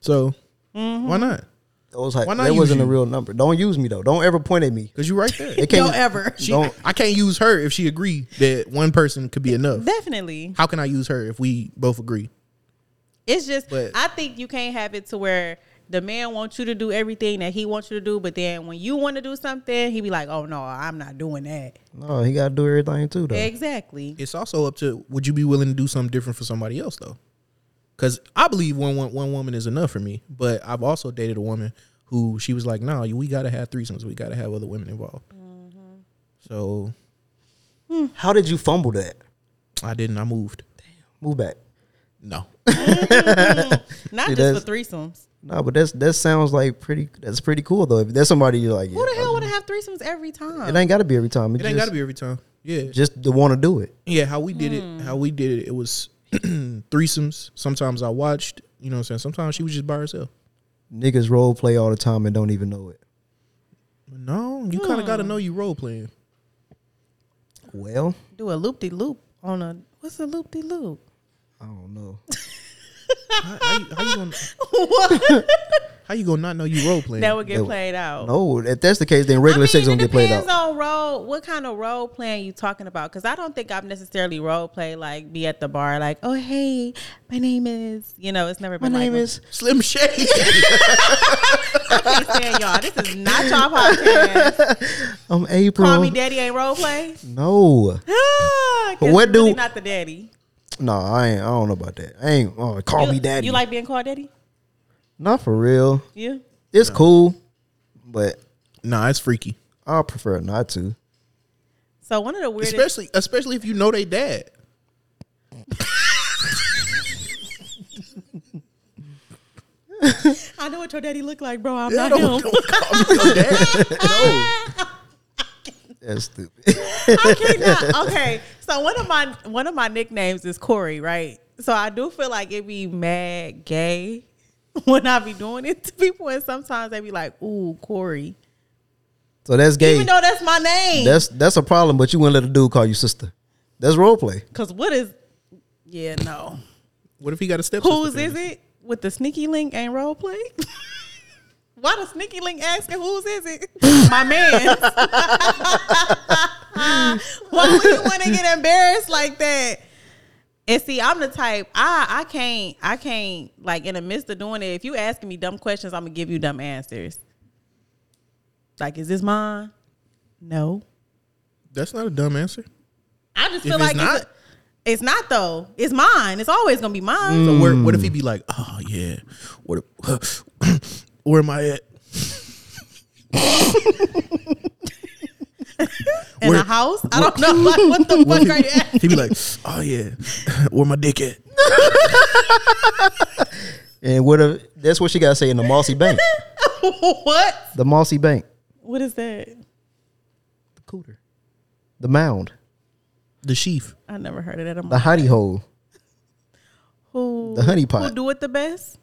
S3: so why not?
S2: That was like
S3: Why not
S2: that
S3: use
S2: wasn't a
S3: you?
S2: real number. Don't use me though. Don't ever point at me.
S3: Because you right there.
S2: It can't-
S1: Don't ever.
S3: She,
S2: Don't-
S3: I can't use her if she agree that one person could be enough.
S1: Definitely.
S3: How can I use her if we both agree?
S1: It's just
S3: But-
S1: I think you can't have it to where the man wants you to do everything that he wants you to do, but then when you want to do something, he be like, "Oh no, I'm not doing that."
S2: No, he gotta do everything too though.
S1: Exactly.
S3: It's also up to would you be willing to do something different for somebody else though? Because I believe one, one one woman is enough for me, but I've also dated a woman who she was like, "No, nah, we gotta have threesomes. We gotta have other women involved." So
S2: How did you fumble that?
S3: I didn't. I moved.
S2: Move back.
S3: No,
S1: Not
S2: See,
S1: just
S2: that's-
S1: for threesomes.
S2: No, but that's that sounds like pretty. That's pretty cool though. If there's somebody you're like,
S1: Who
S2: yeah,
S1: the hell would have threesomes every time?
S2: it ain't got to be every time. It,
S3: it
S2: just,
S3: ain't gotta be every time. Yeah,
S2: Just the want to do it.
S3: Yeah, how we did it, how we did it, it was threesomes. Sometimes I watched, you know what I'm saying? Sometimes she was just by herself.
S2: Niggas role play all the time and don't even know it.
S3: No,
S1: Hmm.
S3: you kind of got to know you role playing.
S2: Well,
S1: do a loop de loop on a what's a loop de loop?
S2: I don't know.
S3: How, how, you, how you gonna how you gonna not know you role playing?
S1: That would
S2: That
S1: get
S2: would-
S1: played out.
S2: No, if that's the case, then regular sex don't
S1: it
S2: get played out.
S1: depends on role. What kind of role playing you talking about? Because I don't think I've necessarily role play like be at the bar like, oh hey, my name is you know it's never
S2: My
S1: been like
S2: name is.
S3: Slim Shady.
S1: I'm saying y'all this is not y'all podcast.
S2: I'm Um, April.
S1: Call me daddy ain't role play.
S2: No, What
S1: what
S2: do-
S1: really not the daddy?
S2: no, I ain't. I don't know about that. I ain't. Oh, call
S1: you,
S2: me daddy.
S1: You like being called daddy?
S2: Not for real.
S1: Yeah.
S2: It's cool, but
S3: nah, it's freaky,
S2: I prefer not to.
S1: So one of the weirdest.
S3: especially especially if you know they dad.
S1: I know what your daddy look like, bro. I'm
S3: Yeah,
S1: not
S3: don't-
S1: him.
S2: That's stupid.
S1: I cannot. Okay, so one of my one of my nicknames is Corey, right? So I do feel like it be mad gay when I be doing it to people, and sometimes they be like, "Ooh, Corey,"
S2: so that's gay.
S1: even though that's my name.
S2: That's that's a problem, but you wouldn't let a dude call you sister. That's role play.
S1: Because what is Yeah, no.
S3: What if he got a step?
S1: Whose is it? With the sneaky link ain't role play? Why the sneaky link asking whose is it? My man. Why would you want to get embarrassed like that? And see, I'm the type I I can't I can't like in the midst of doing it. If you asking me dumb questions, I'm gonna give you dumb answers. Like, is this mine? No.
S3: That's not a dumb answer.
S1: I just
S3: If
S1: feel
S3: it's
S1: like
S3: not-
S1: it's, a- it's not though. It's mine. It's always gonna be mine.
S3: So where, what if he be like, oh yeah, what? where am I at?
S1: in
S3: Where-
S1: a house. I don't know. Like, what the fuck are you at?
S3: He be like, oh yeah, where my dick at?
S2: And what if that's what she gotta say in the Mossy Bank.
S1: what?
S2: The Mossy Bank.
S1: What is that?
S2: The cooter. The mound.
S3: The sheaf.
S1: I never heard of that. I'm
S2: The
S1: like,
S2: honey hole.
S1: who,
S2: the honey
S1: Who
S2: pot.
S1: do it the best?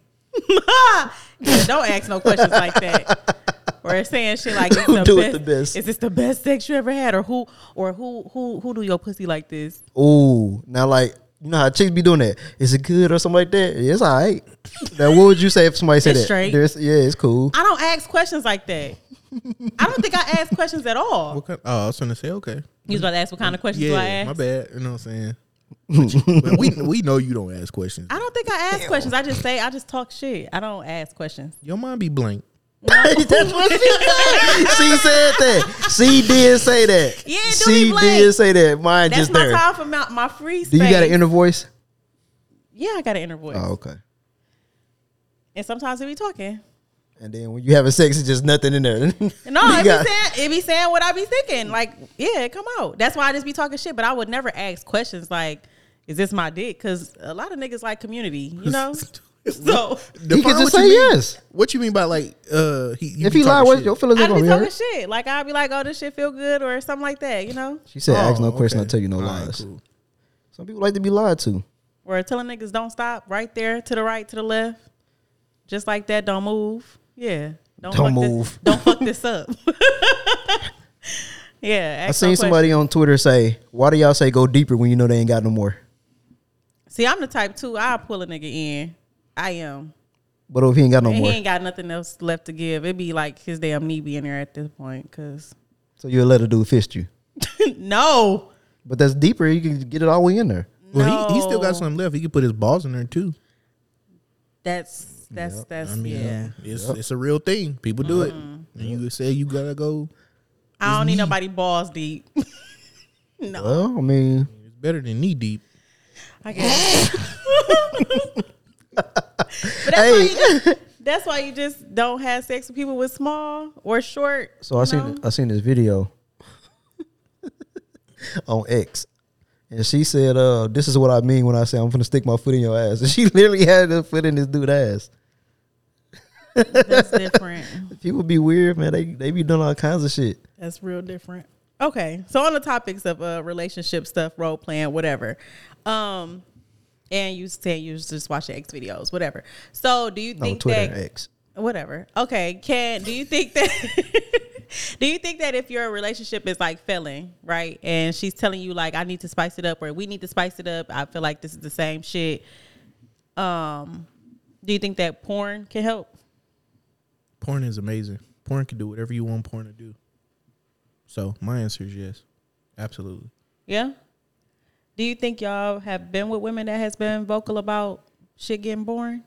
S1: Yeah, don't ask no questions like that. Or saying shit like it's
S2: Who
S1: the
S2: do it
S1: best,
S2: the best?
S1: Is this the best sex you ever had? Or who or who who who do your pussy like this?
S2: Ooh. Now like you know how chicks be doing that. Is it good or something like that? Yeah, It's all right. Now what would you say if somebody said
S1: It's
S2: that?
S1: straight.
S2: There's- yeah, it's cool.
S1: I don't ask questions like that. I don't think I ask questions at all.
S3: What kind? Oh, I was gonna say okay.
S1: You was about to ask what kind of questions do I
S3: Yeah,
S1: ask?
S3: my bad. You know what I'm saying? But you- but we we know you don't ask questions.
S1: I don't think I ask questions. I just say I just talk shit. I don't ask questions.
S3: Your mind be blank.
S2: That's what she said. She said that. She did say that.
S1: Yeah, do
S2: she
S1: be black.
S2: did say that. Mine
S1: That's
S2: just
S1: my
S2: there.
S1: time for my, my free
S2: Do
S1: space.
S2: you got an inner voice?
S1: yeah, I got an inner voice.
S2: Oh, okay.
S1: And sometimes it be talking.
S2: And then when you having sex, it's just nothing in there. no,
S1: No, it be saying it be saying what I be thinking. Like, yeah, it come out. That's why I just be talking shit. But I would never ask questions like, "Is this my dick?" Because a lot of niggas like community, you know. so
S2: He could
S3: Define
S2: just
S3: what
S2: say
S3: you mean-
S2: yes.
S3: What you mean by like uh he you
S2: If
S3: be
S2: he lied,
S3: talking
S2: what
S3: shit.
S2: your feelings
S1: I would
S2: are gonna
S1: be
S2: be
S1: talking
S2: hurt.
S1: shit. Like I'd be like, "Oh, this shit feel good," or something like that, you know.
S2: She said, "Ask no
S3: Oh,
S2: question, I'll
S3: okay.
S2: tell you no
S3: All right,
S2: lies."
S3: cool.
S2: Some people like to be lied to.
S1: Or telling niggas don't stop right there to the right to the left, just like that. Don't move. Yeah,
S2: Don't
S1: fuck
S2: move.
S1: This, don't fuck this up. yeah,
S2: I seen somebody on Twitter say, "Why do y'all say go deeper when you know they ain't got no more?"
S1: See, I'm the type too. I will pull a nigga in. I am.
S2: But if he ain't got no
S1: And
S2: more,
S1: he ain't got nothing else left to give. It'd be like his damn knee being there at this point. Cause
S2: so you'll let a dude fist you.
S1: no,
S2: But that's deeper. You can get it all the way in there.
S3: Well, he, he still got
S1: No.
S3: something left. He could put his balls in there too.
S1: that's that's that's
S3: I mean,
S1: yeah. Mm-hmm.
S3: it's it's a real thing. People do it. And you say you gotta go.
S1: I don't need nobody balls deep. no,
S2: Well, I mean,
S3: It's better than knee deep.
S1: I guess. but that's why
S2: hey.
S1: you just, that's why you just don't have sex with people with small or short.
S2: So I
S1: you
S2: seen
S1: know?
S2: I seen this video on X. And she said, uh, this is what I mean when I say I'm gonna stick my foot in your ass. And she literally had her foot in this dude's ass.
S1: that's different.
S2: People be weird, man. They they be doing all kinds of shit.
S1: That's real different. Okay, so on the topics of uh, relationship stuff, role playing, whatever, um, and you say you was just watching X videos, whatever. So do you
S2: No,
S1: think
S2: Twitter
S1: that
S2: X.
S1: whatever? Okay, can do you think that? do you think that if your relationship is like failing, right, and she's telling you like I need to spice it up, or we need to spice it up, I feel like this is the same shit. Um, do you think that porn can help?
S3: Porn is amazing. Porn can do whatever you want porn to do. So my answer is yes. Absolutely.
S1: Yeah. Do you think y'all have been with women that has been vocal about shit getting boring?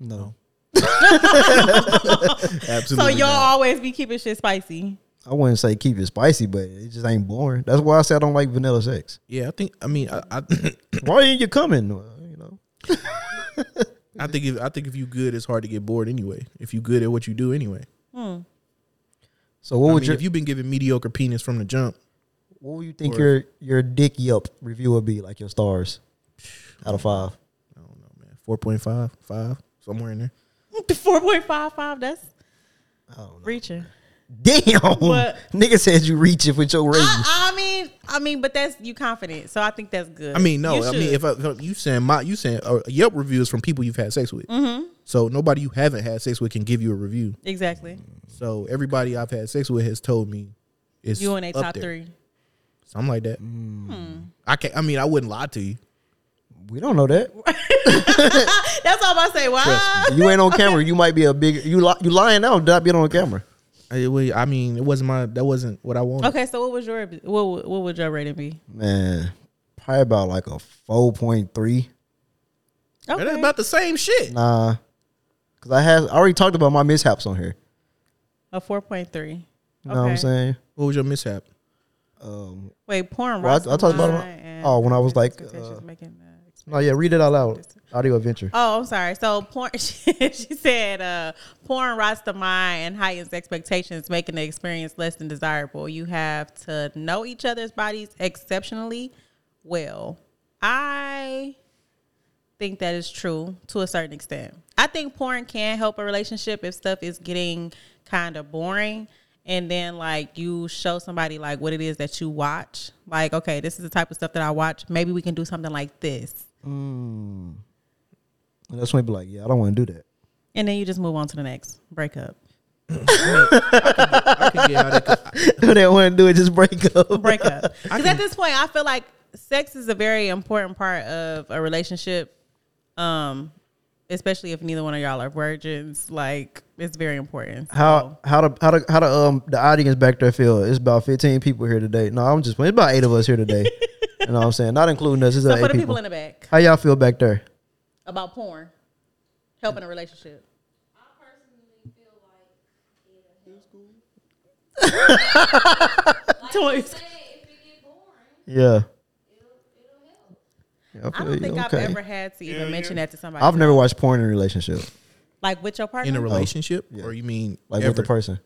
S2: No.
S1: So
S3: Absolutely.
S1: y'all always be keeping shit spicy.
S2: I wouldn't say keep it spicy, but it just ain't boring. That's why I say I don't like vanilla sex.
S3: Yeah, I think I mean I, I
S2: Why ain't you coming? Well, you know.
S3: I think if I think if you good it's hard to get bored anyway. If you good at what you do anyway.
S1: Hmm.
S2: So what
S3: I
S2: would
S3: mean,
S2: your
S3: if you've been giving mediocre penis from the jump,
S2: what would you think
S3: or-
S2: your your dick Yelp review would be like your stars out of five?
S3: I don't know, man. 4.5, 5, somewhere in there.
S1: Four point five five. That's
S2: I don't know.
S1: reaching.
S2: Damn,
S1: But-
S2: nigga said you reaching with your rating.
S1: I, I mean, I mean, but that's you confident. So I think that's good.
S3: I mean, no,
S1: You
S3: I mean
S1: should.
S3: if, I, if you saying my you saying uh, Yelp reviews from people you've had sex with.
S1: Mm-hmm.
S3: So nobody you haven't had sex with can give you a review.
S1: exactly,
S2: Mm,
S3: So everybody I've had sex with has told me it's
S1: you in a
S3: up
S1: top
S3: there.
S1: three. Hmm.
S3: something like that. I can't. I mean, I wouldn't lie to you.
S2: We don't know that.
S1: That's all I say. Why?
S2: You ain't on camera. You might be a big. You li- you lying out, not being on camera.
S3: I, well, I mean, it wasn't my. That wasn't what I wanted.
S1: Okay, so what was your what would- what would your rating be?
S2: Man, probably about like a four point three.
S3: That's
S1: Okay.
S3: about the same shit.
S2: Nah, because I had I already talked about my mishaps on here.
S1: A four point three.
S2: You know what I'm saying?
S3: What was your mishap?
S2: Um,
S1: Wait, porn.
S2: Well, I-
S1: rocks
S2: I talked about it-
S1: mine and
S2: oh, when I was like,
S1: expectations
S2: uh,
S1: making, uh,
S2: no, yeah, read it out loud. Audio adventure.
S1: Oh, I'm sorry. So porn, she said, uh, porn rots the mind and heightens expectations, making the experience less than desirable. You have to know each other's bodies exceptionally well. I think that is true to a certain extent. I think porn can help a relationship if stuff is getting kind of boring. And then, like, you show somebody, like, what it is that you watch. Like, okay, this is the type of stuff that I watch. Maybe we can do something like this.
S2: And that's when you be like, yeah, I don't want to do that.
S1: And then you just move on to the next breakup.
S3: I can get how that could-
S2: they don't want to do it. Just break up.
S1: Breakup. Because at this point, I feel like sex is a very important part of a relationship, um, especially if neither one of y'all are virgins. Like, it's very important. So-
S2: How how the how the how the um the audience back there feel? It's about fifteen people here today. No, I'm just playing. It's about eight of us here today. you know what I'm saying? Not including us. It's
S1: So,
S2: about
S1: for
S2: eight
S1: the people
S2: people.
S1: in the back
S2: How y'all feel back there?
S1: about porn helping a relationship. Toys.
S2: Yeah.
S1: I don't think I've ever had to even mention that to somebody.
S2: I've never watched porn in a relationship,
S1: like with your partner.
S3: in a relationship,
S2: Oh, yeah.
S3: or you mean
S2: like with
S3: ever?
S2: the person.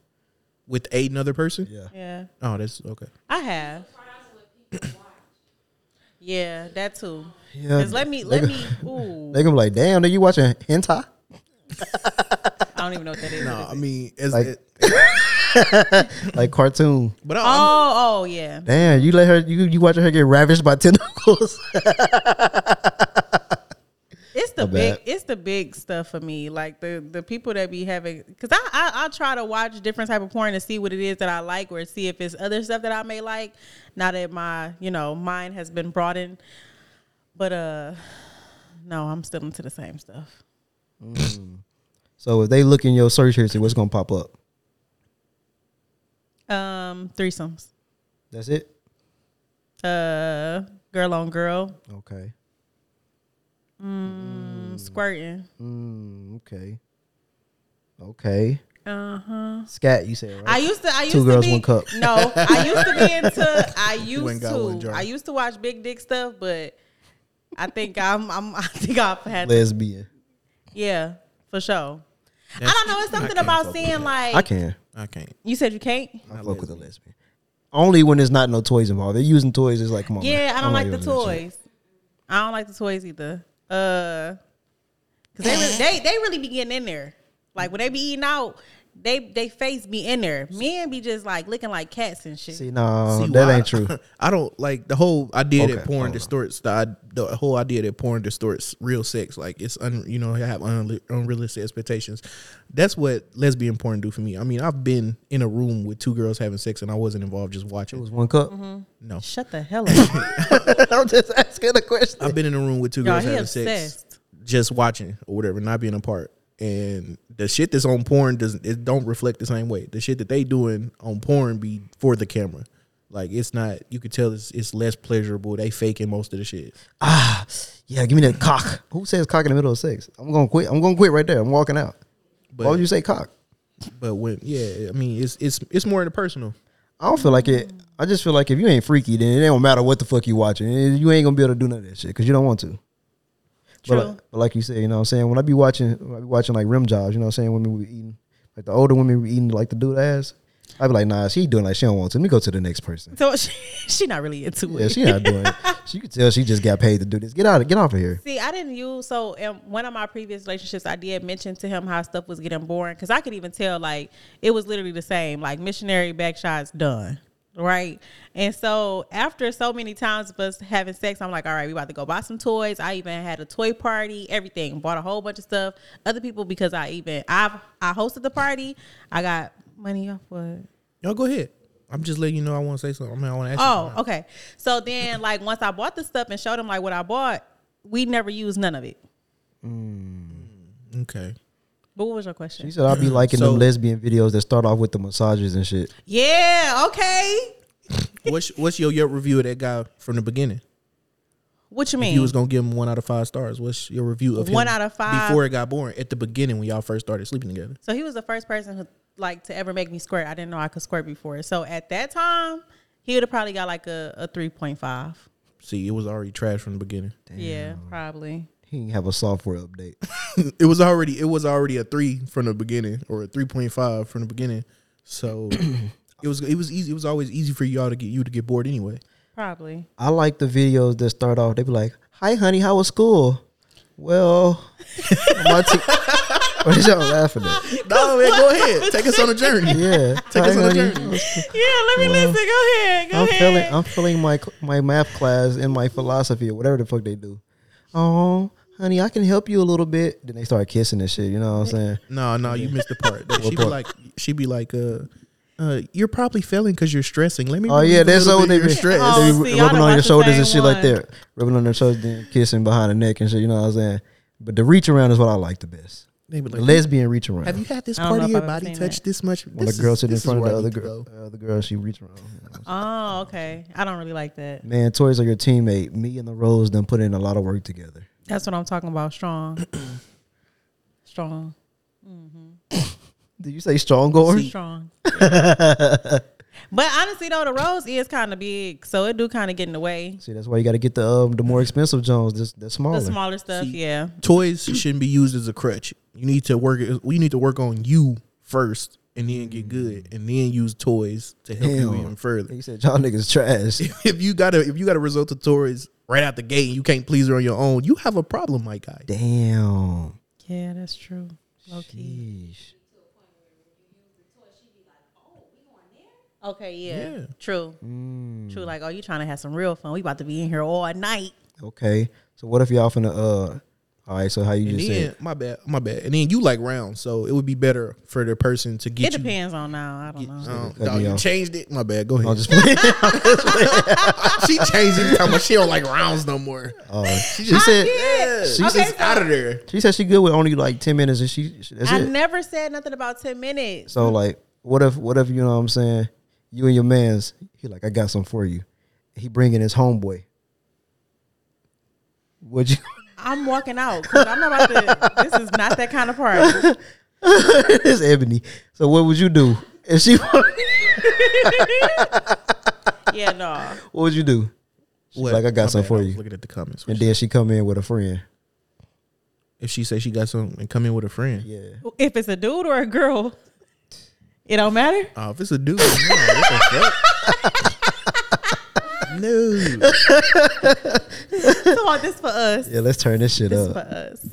S3: with another person?
S2: Yeah.
S1: yeah,
S3: Oh, that's okay.
S1: I have. Yeah, that too.
S2: Yeah.
S1: 'Cause let me, let me. Ooh,
S2: They gonna be like, damn, nigga, you watching hentai?
S1: I don't even know what that is.
S3: No, I mean, as
S2: Like- Like cartoon.
S3: but I, I'm-
S1: Oh, oh yeah.
S2: Damn, you let her you you watching her get ravished by tentacles.
S1: It's the
S2: My
S1: big,
S2: bad.
S1: it's the big stuff for me. Like the the people that be having, because I, I I try to watch different type of porn to see what it is that I like, or see if it's other stuff that I may like. Now that my you know mind has been broadened, but uh, no, I'm still into the same stuff.
S2: so if they look in your search history, what's gonna pop up?
S1: Um, threesomes,
S2: That's it?
S1: uh, girl on girl,
S2: Okay.
S1: mm, squirting.
S2: Mm, okay. Okay.
S1: Uh huh.
S2: Scat, you said, right?
S1: I used to. I used
S2: Two girls,
S1: to be,
S2: one cup.
S1: No, I used to be into. I used
S3: ain't got one
S1: to.
S3: jar.
S1: I used to watch big dick stuff, but I think I'm. I'm I think I've had.
S2: Lesbian.
S1: Yeah, for sure. I
S3: That's-
S1: don't know. It's something
S3: can't
S1: about
S3: fuck with
S1: seeing like.
S2: I Oh, can.
S3: I can't.
S1: You said you can't.
S2: I fuck with a lesbian. Only when there's not no toys involved. They're using toys. It's like, come on.
S1: Yeah,
S2: man.
S1: I don't like the
S2: using that shit.
S1: toys. I don't like the toys either. Uh, cause they really, they they really be getting in there. Like when they be eating out, they they face be in there. Men be just like looking like cats and shit.
S2: See, no,
S3: See,
S2: Oh, that
S3: why-
S2: ain't true.
S3: I don't like the whole idea
S2: Okay,
S3: that porn
S2: hold on.
S3: distorts the, i- the whole idea that porn distorts real sex. Like it's un, you know, have unli- unrealistic expectations. That's what lesbian porn do for me. I mean, I've been in a room with two girls having sex and I wasn't involved, just
S2: It
S3: watching.
S2: was one cup.
S1: Mm-hmm.
S3: No,
S1: Shut the hell up,
S2: I'm just asking a question.
S3: I've been in a room with two
S1: y'all.
S3: girls
S1: He
S3: having sex,
S1: obsessed.
S3: just watching or whatever, not being a part. And the shit that's on porn doesn't it don't reflect the same way. The shit that they doing on porn be for the camera. Like it's not you could tell it's it's less pleasurable. They faking most of the shit.
S2: ah, yeah, give me that cock. Who says cock in the middle of sex? I'm gonna quit. I'm gonna quit right there. I'm walking out. Why
S3: But-
S2: would you say cock?
S3: But when yeah, I mean it's it's it's more in the personal.
S2: I don't feel like it. I just feel like if you ain't freaky, then it don't matter what the fuck you watching. And You ain't gonna be able to do none of that shit because you don't want to. But
S1: True.
S2: like, but like you said, you know what I'm saying? When I be watching, when I be watching like rim jobs, you know what I'm saying? Women be eating, like the older women be eating like the dude ass. I be like, nah, she doing like she don't want to. Let me go to the next person.
S1: So she, she not really into
S2: Yeah,
S1: it.
S2: she not doing it. She could tell she just got paid to do this. Get out of get off of here.
S1: See, I didn't use so in one of my previous relationships, I did mention to him how stuff was getting boring because I could even tell like it was literally the same like missionary back shots done right. And so after so many times of us having sex, I'm like, all right, we about to go buy some toys. I even had a toy party, everything, bought a whole bunch of stuff. Other people because I even I've I hosted the party, I got money off what.
S3: Y'all go ahead. I'm just letting you know I want to say something. I mean, I want to ask you.
S1: Oh,
S3: something.
S1: okay. So then, like, once I bought the stuff and showed them like what I bought, we never used none of it.
S3: Okay.
S1: But what was your question?
S2: She said I'll be liking
S3: So-
S2: them lesbian videos that start off with the massages and shit.
S1: Yeah. Okay.
S3: what's what's your Yelp review of that guy from the beginning?
S1: What you
S3: If
S1: mean?
S3: you was gonna give him one out of five stars. What's your review of him
S1: One out of five.
S3: before it got boring at the beginning when y'all first started sleeping together?
S1: so he was the first person who like to ever make me squirt. I didn't know I could squirt before. So at that time, he would have probably got like a, a three point five.
S3: See, it was already trash from the beginning.
S1: Yeah, probably.
S2: He didn't have a software update.
S3: it was already it was already a three from the beginning or a three point five from the beginning. So it was it was easy. It was always easy for y'all to get you to get bored anyway.
S1: Probably.
S2: I like the videos that start off. They be like, "Hi, honey, how was school?" Well, my te- what is y'all laughing at?
S3: No man, go ahead. Take us on a journey.
S2: Yeah,
S3: Take
S2: "Hi,
S3: us on a
S2: honey,
S3: journey.
S1: Yeah, let me listen. Go ahead. Go
S2: I'm
S1: ahead.
S2: feeling I'm feeling my cl- my math class and my philosophy or whatever the fuck they do. Oh, honey, I can help you a little bit. Then they start kissing and shit. You know what I'm saying?
S3: No, no, you missed the part. she be
S2: part?
S3: like, she be like, uh, uh, you're probably failing because you're stressing. Let me.
S2: Oh yeah, that's
S3: all
S2: what they
S3: are
S2: be
S3: stressed.
S1: Oh,
S2: They be
S1: see, I
S2: rubbing
S1: done
S2: on
S1: watched
S2: your
S1: the
S2: shoulders
S1: same
S2: and shit
S1: one.
S2: like that. Rubbing on their shoulders, then kissing behind the neck and shit. You know what I'm saying? But the reach around is what I like the best.
S3: They be
S2: The
S3: like,
S2: lesbian reach around.
S3: have you had this
S1: I don't
S3: part
S1: know
S3: of
S1: if
S3: your
S1: I've
S3: body
S1: seen
S3: touched
S1: that.
S3: this much?
S2: when
S3: This
S2: the girl
S3: is-
S2: sitting in
S3: this is
S2: front of
S3: where
S2: the
S3: I
S2: other
S3: need to
S2: girl, uh,
S3: go.
S2: the other girl, she reach around. you know.
S1: Oh, okay. I don't really like that.
S2: Man, Tori's like your teammate. Me and the Rose done put in a lot of work together.
S1: That's what I'm talking about. Strong. Strong.
S2: Did you say strong or
S1: Strong. but honestly though, the rose is kind of big, so it do kind of get in the way.
S2: See, that's why you got to get the um, the more expensive Jones. This the smaller.
S1: The smaller stuff, yeah.
S3: Toys shouldn't be used as a crutch. You need to work. We need to work on you first, and then get good, and then use toys to help you
S2: Damn.
S3: even further.
S2: He said y'all niggas trash.
S3: If you got to, if you got to result to toys right out the gate, and you can't please her on your own. You have a problem, my guy.
S2: Damn.
S1: Yeah, that's true. Low key.
S2: Yeesh.
S1: Okay, yeah.
S3: Yeah. Mm.
S1: True.
S2: Mm,
S1: True. Like, oh, you trying to have some real fun. We about to be in here all night.
S2: Okay. So what if y'all finna uh? All right. So how you
S3: And
S2: just
S3: then
S2: said?
S3: my bad, my bad. And then you like round, so it would be better for the person to get
S1: it
S3: you.
S1: depends on now. I don't know.
S3: Um,
S2: Cut
S3: dog,
S2: me
S3: you
S2: off.
S3: changed it. My bad. Go
S2: I'll
S3: ahead.
S2: just play.
S3: she changed it. Talking about she don't like rounds no more.
S2: Oh, she just said.
S3: Yeah, she's
S1: Okay,
S3: just
S1: so-
S3: out of there.
S2: She said she good with only like ten minutes, and she she- that's
S1: I
S2: it.
S1: never said nothing about ten minutes.
S2: So like, what if what if you know what I'm saying? You and your man's he like I got some for you. He bringing his homeboy. Would you?
S1: I'm walking out because I'm not about to. this is not that kind of party.
S2: it's Ebony. So what would you do if she? what
S1: Yeah, no.
S2: would you do? She's
S3: What?
S2: like I
S3: My
S2: got some
S3: bad,
S2: for
S3: I was
S2: you,
S3: Looking at the comments.
S2: and then she come in with a friend.
S3: If she say she got some and come in with a friend.
S2: Yeah.
S1: If it's a dude or a girl, it don't matter.
S3: Oh, if it's a dude, no. what the fuck? No.
S1: Come on, this for us.
S2: Yeah. Let's turn this shit
S1: This
S2: up.
S1: for us.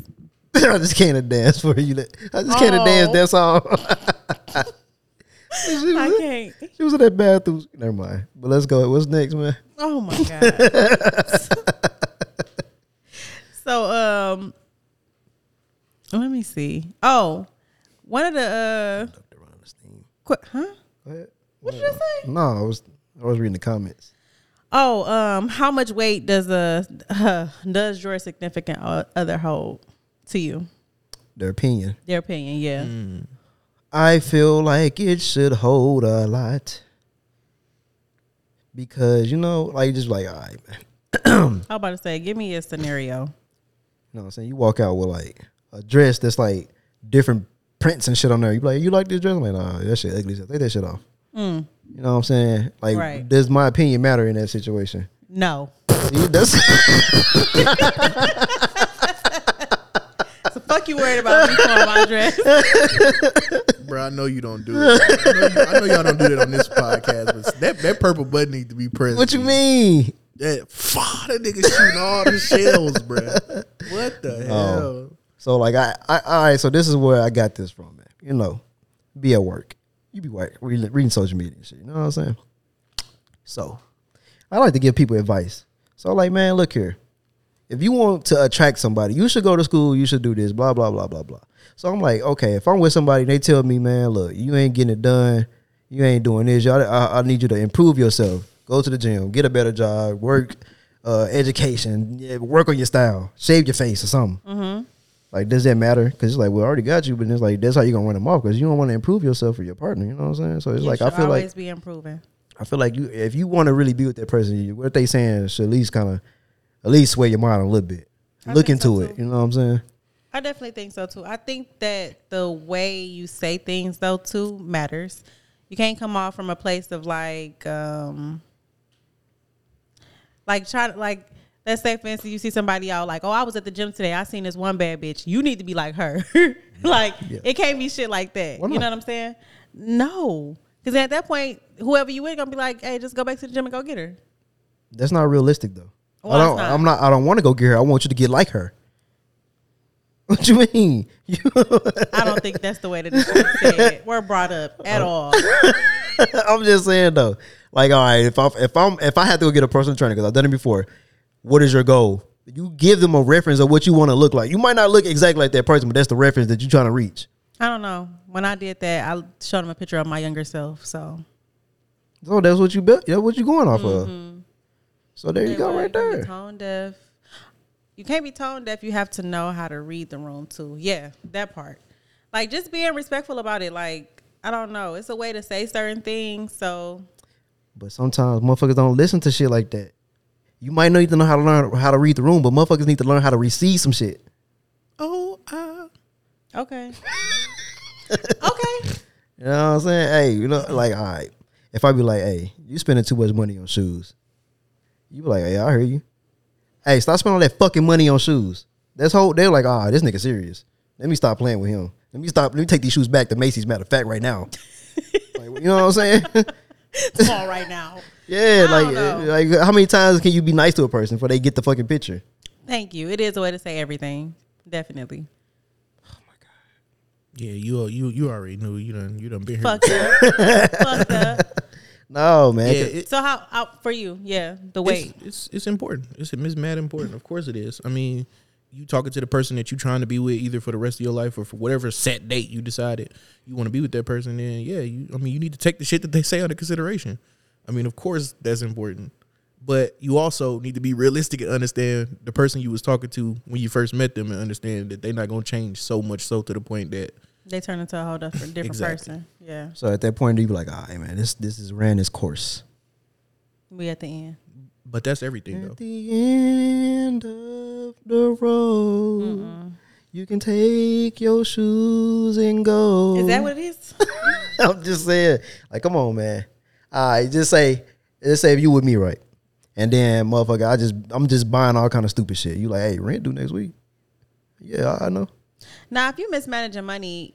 S2: I just can't a dance for you. I just can't a dance.
S1: Oh.
S2: That's all.
S1: I can't.
S2: she was in that bathroom. Never mind. But let's go. What's next, man?
S1: Oh my god. so um let me see. Oh, one of the uh qu- huh?
S2: Go ahead.
S1: What did I say?
S2: No, I was I was reading the comments.
S1: Oh, um how much weight does uh, does your significant o- other hold to you?
S2: Their opinion.
S1: Their opinion, yeah.
S2: Mm. I feel like it should hold a lot because you know, like just like all right, man.
S1: I was about to say, give me a scenario.
S2: You know what I'm saying? You walk out with like a dress that's like different prints and shit on there. You be like, you like this dress? I'm like, nah, that shit ugly. Take that shit off. You know what I'm saying? Like,
S1: Right.
S2: does my opinion matter in that situation?
S1: No.
S2: See, that's
S1: So fuck you worried about me for my dress.
S3: Bro, I know you don't do it. I know, you, I know y'all don't do that on this podcast, but that, that purple button needs to be pressed.
S2: what you mean.
S3: That, fuck, that nigga shooting all the shells, bro. What the
S2: Oh.
S3: hell?
S2: So like I, I all right. So this is where I got this from, man. You know, be at work. You be like reading, reading social media and shit. You know what I'm saying? So I like to give people advice. So like, man, look here. If you want to attract somebody, you should go to school. You should do this. Blah blah blah blah blah. So I'm like, okay. If I'm with somebody, and they tell me, man, look, you ain't getting it done. you ain't doing this. I, I, I need you to improve yourself. Go to the gym, get a better job, work, uh, education, yeah, work on your style, shave your face or something.
S1: Mm-hmm.
S2: Like, does that matter? Because it's like, well, I already got you, but it's like, that's how you're gonna run them off because you don't want to improve yourself for your partner. You know what I'm saying? So it's
S1: You
S2: like, I
S1: should
S2: feel
S1: always
S2: like
S1: be improving.
S2: I feel like you, if you want to really be with that person, you- what they saying should at least kind of, at least sway your mind a little bit.
S1: I
S2: Look
S1: think so,
S2: into it.
S1: too.
S2: You know what I'm saying?
S1: I definitely think so too. I think that the way you say things though too matters. You can't come off from a place of like um like try to like let's say for instance you see somebody out like, Oh, I was at the gym today, I seen this one bad bitch. You need to be like her. like
S2: Yeah.
S1: it can't be shit like that.
S2: Why
S1: You know
S2: not?
S1: what I'm saying? No. Cause at that point, whoever you with gonna be like, Hey, just go back to the gym and go get her.
S2: That's not realistic though.
S1: Why
S2: I
S1: it's
S2: don't.
S1: Oh, not?
S2: I'm not. I don't want to go get her. I want you to get like her. What you mean? You,
S1: I don't think that's the way that this shit said. We're brought up at
S2: Oh.
S1: all.
S2: I'm just saying though. Like, all right, if I if I'm if I had to go get a personal trainer because I've done it before, what is your goal? You give them a reference of what you want to look like. You might not look exactly like that person, but that's the reference that you're trying to reach.
S1: I don't know. When I did that, I showed him a picture of my younger self. So
S2: So that's what you built. Yeah, what you going off
S1: Mm-hmm.
S2: of. So there you
S1: They
S2: go,
S1: were-
S2: right
S1: can be
S2: there.
S1: Tone deaf. You can't be tone deaf. You have to know how to read the room too. Yeah, that part. Like just being respectful about it. Like I don't know. It's a way to say certain things. So
S2: But sometimes motherfuckers don't listen to shit like that. You might need to know how to learn how to read the room, but motherfuckers need to learn how to receive some shit.
S3: Oh, uh,
S1: okay, okay.
S2: You know what I'm saying? Hey, you know, like, all right. If I be like, hey, you spending too much money on shoes, you be like, hey, I hear you. Hey, stop spending all that fucking money on shoes. That's whole. They're like, ah, this nigga serious. Let me stop playing with him. Let me stop. Let me take these shoes back to Macy's. Matter of fact, right now. like, you know what I'm saying?
S1: It's all right now.
S2: yeah.
S1: I
S2: Like,
S1: don't
S2: like, how many times can you be nice to a person before they get the fucking picture?
S1: Thank you. It is a way to say everything. Definitely.
S3: yeah, you you you already knew you done you done been here.
S1: Fucked up. Fucked up.
S2: No,
S3: Yeah,
S2: man.
S3: it-
S1: So how, how for you? Yeah, the
S3: it's,
S1: weight.
S3: it's it's important. It's it's mad important. Of course it is. I mean, you talking to the person that you trying to be with either for the rest of your life or for whatever set date you decided you want to be with that person. Then yeah, you I mean you need to take the shit that they say under consideration. I mean, of course that's important, but you also need to be realistic and understand the person you was talking to when you first met them and understand that they're not gonna change so much so to the point that
S1: They turn into a whole different, different
S3: Exactly.
S1: person. Yeah,
S2: So at that point, you be like, all right, man, this this is ran its course.
S1: we at the end.
S3: But that's everything though.
S2: At
S1: Mm-hmm.
S2: the end of the road, you can take your shoes and go.
S1: Is that what it is?
S2: I'm just saying? Like, come on, man. All right, just say, just say if you with me, right? And then, motherfucker, I just, I'm just buying all kind of stupid shit. You like, hey, rent due next week? Yeah, I know.
S1: Now, if you mismanaging money,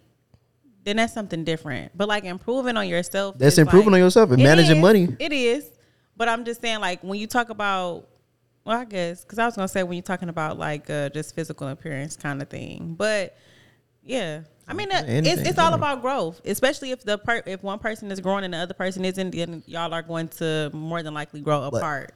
S1: then that's something different. But like improving on yourself,
S2: That's
S1: is,
S2: improving
S1: like-
S2: on yourself and
S1: It
S2: managing
S1: is.
S2: money.
S1: It is. But I'm just saying, like when you talk about, well, I guess because I was gonna say when you're talking about like uh, just physical appearance kind of thing, but yeah. I mean, that, it's,
S2: Anything,
S1: it's all
S2: yeah.
S1: about growth, especially if the per- if one person is growing and the other person isn't, then y'all are going to more than likely grow apart.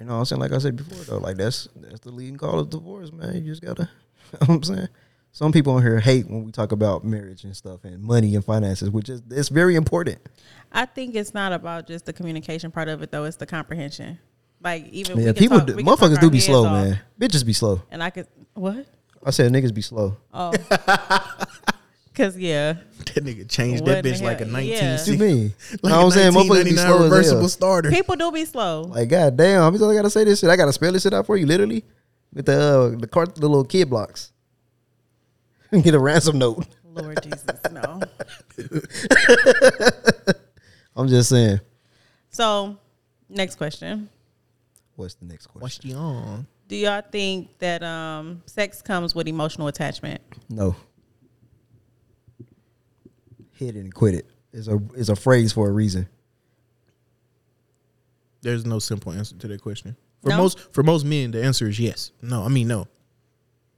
S2: You know what I'm saying? Like I said before, though, like that's that's the leading cause of divorce, man. You just gotta. You know what I'm saying some people on here hate when we talk about marriage and stuff and money and finances, which is it's very important.
S1: I think it's not about just the communication part of it though; it's the comprehension. Like even
S2: Yeah,
S1: we can
S2: people,
S1: talk-
S2: do,
S1: we can talk
S2: motherfuckers
S1: our
S2: do be
S1: heads
S2: slow,
S1: off.
S2: man. Bitches be slow.
S1: And I could what?
S2: I said niggas be slow.
S1: Oh, cause yeah,
S3: That nigga changed
S1: What
S3: that
S1: the
S3: bitch like a
S1: hell? Yeah.
S3: nineteen
S2: What you
S1: See,
S3: sixty.
S2: mean? know
S3: Like
S2: what
S3: a
S2: I'm saying? Motherfuckers be
S3: 1999
S2: slow as
S3: reversible
S2: hell.
S3: starter.
S1: people do be slow.
S2: Like goddamn, I'm just like, I gotta say this shit. I gotta spell this shit out for you, literally, with the uh, the cart, the little kid blocks. Get a ransom note.
S1: Lord Jesus, no.
S2: I'm just saying.
S1: So, next question:
S2: What's the next question?
S3: Question.
S1: Do y'all think that um, sex comes with emotional attachment?
S2: No. Hit it and quit it is a is a phrase for a reason.
S3: There's no simple answer to that question. For
S1: No?
S3: most for most men, the answer is yes. No, I mean no.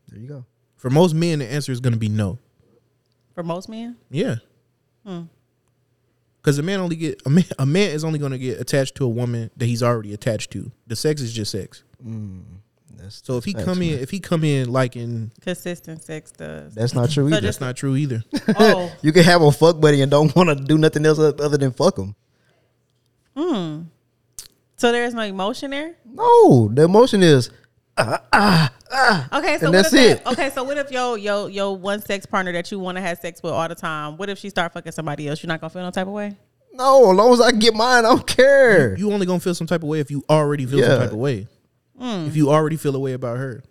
S2: There you go.
S3: For most men, the answer is going to be no.
S1: For most men,
S3: Yeah. Because a man only get a man, a man is only going to get attached to a woman that he's already attached to. The sex is just sex.
S2: That's
S3: So if he
S2: Facts,
S3: come in, if he come in like in,
S1: Consistent sex does.
S2: that's not true
S1: So
S2: either.
S3: that's not true either.
S1: oh,
S2: you can have a fuck buddy and don't want to do nothing else other than fuck him.
S1: so there's no emotion there.
S2: No, the emotion is
S1: Okay, so
S2: And
S1: what
S2: that's
S1: if
S2: it.
S1: That, okay, so what if yo yo yo one sex partner that you want to have sex with all the time? What if she start fucking somebody else? You're not gonna feel no type of way.
S2: no. As long as I get mine, I don't care.
S3: you only gonna feel some type of way if you already feel
S2: Yeah.
S3: some type of way.
S1: Hmm.
S3: If you already feel a way about her.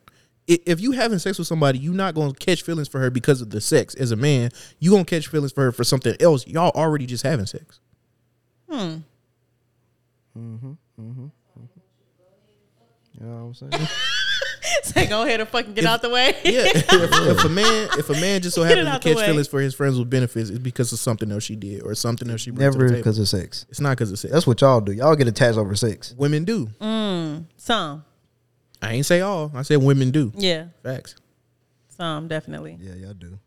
S3: I- If you having sex with somebody, you not gonna catch feelings for her because of the sex. As a man, you gonna catch feelings for her for something else. Y'all already just having sex.
S2: You know what I'm saying?
S1: Say go ahead and fucking get out the way.
S3: Yeah. if, if a man, if a man just so
S1: Get it
S3: happens to
S1: out the
S3: catch
S1: way.
S3: feelings for his friends with benefits, it's because of something else she did or something else she brings to
S2: Never
S3: the table.
S2: because of sex.
S3: It's not because of sex.
S2: That's what y'all do. Y'all get attached over sex.
S3: women do.
S1: Some,
S3: I ain't say all. I said women do.
S1: yeah,
S3: Facts.
S1: some definitely.
S2: Yeah, y'all do.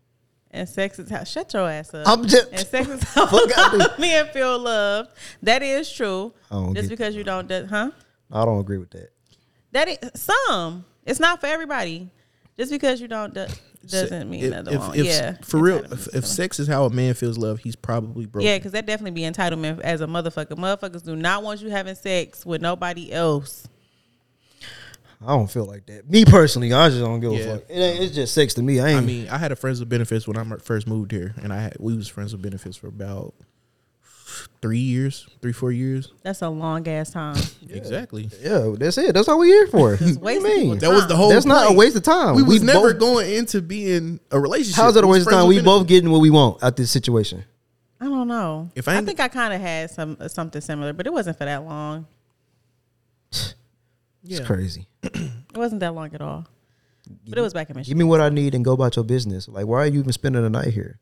S1: And sex is how shut your ass up.
S2: I'm just
S1: and sex is how
S2: Fuck I do.
S1: men feel loved. That is true.
S2: I don't
S1: Just
S2: get-
S1: because you don't, do- huh?
S2: I don't agree with that.
S1: That is some. It's not for everybody. Just because you don't do, doesn't mean
S3: If-
S1: another
S3: if-
S1: one.
S3: if-
S1: yeah,
S3: For real,
S1: Entitlement.
S3: if, if sex is how a man feels love, he's probably broken.
S1: Yeah, because that definitely be entitlement as a motherfucker. Motherfuckers do not want you having sex with nobody else.
S2: I don't feel like that. Me personally, I just don't give
S3: Yeah.
S2: a fuck. It ain't, it's just sex to me. I ain't.
S3: I mean, I had a friends with benefits when I mer- first moved here, and I had, we was friends with benefits for about three years, three four years.
S1: That's a long ass time.
S3: Exactly.
S2: yeah, that's it. That's all we here for. what
S1: wasting
S2: you mean?
S1: people's
S3: That was the whole.
S2: That's not a
S3: point.
S2: waste of time.
S3: We was never
S2: both-
S3: going into being a relationship.
S2: How's that
S3: We
S2: a
S3: was
S2: waste of
S3: friends
S2: time?
S3: with
S2: We both
S3: benefits.
S2: getting what we want out this situation.
S1: I don't know.
S3: If
S1: If
S3: I
S1: I,
S3: ain't-
S1: think I kind of had some uh, something similar, but it wasn't for that long.
S2: It's
S3: Yeah.
S2: crazy.
S1: It wasn't that long at all. But it was back in Michigan.
S2: Give me what I need and go about your business. Like, why are you even spending the night here?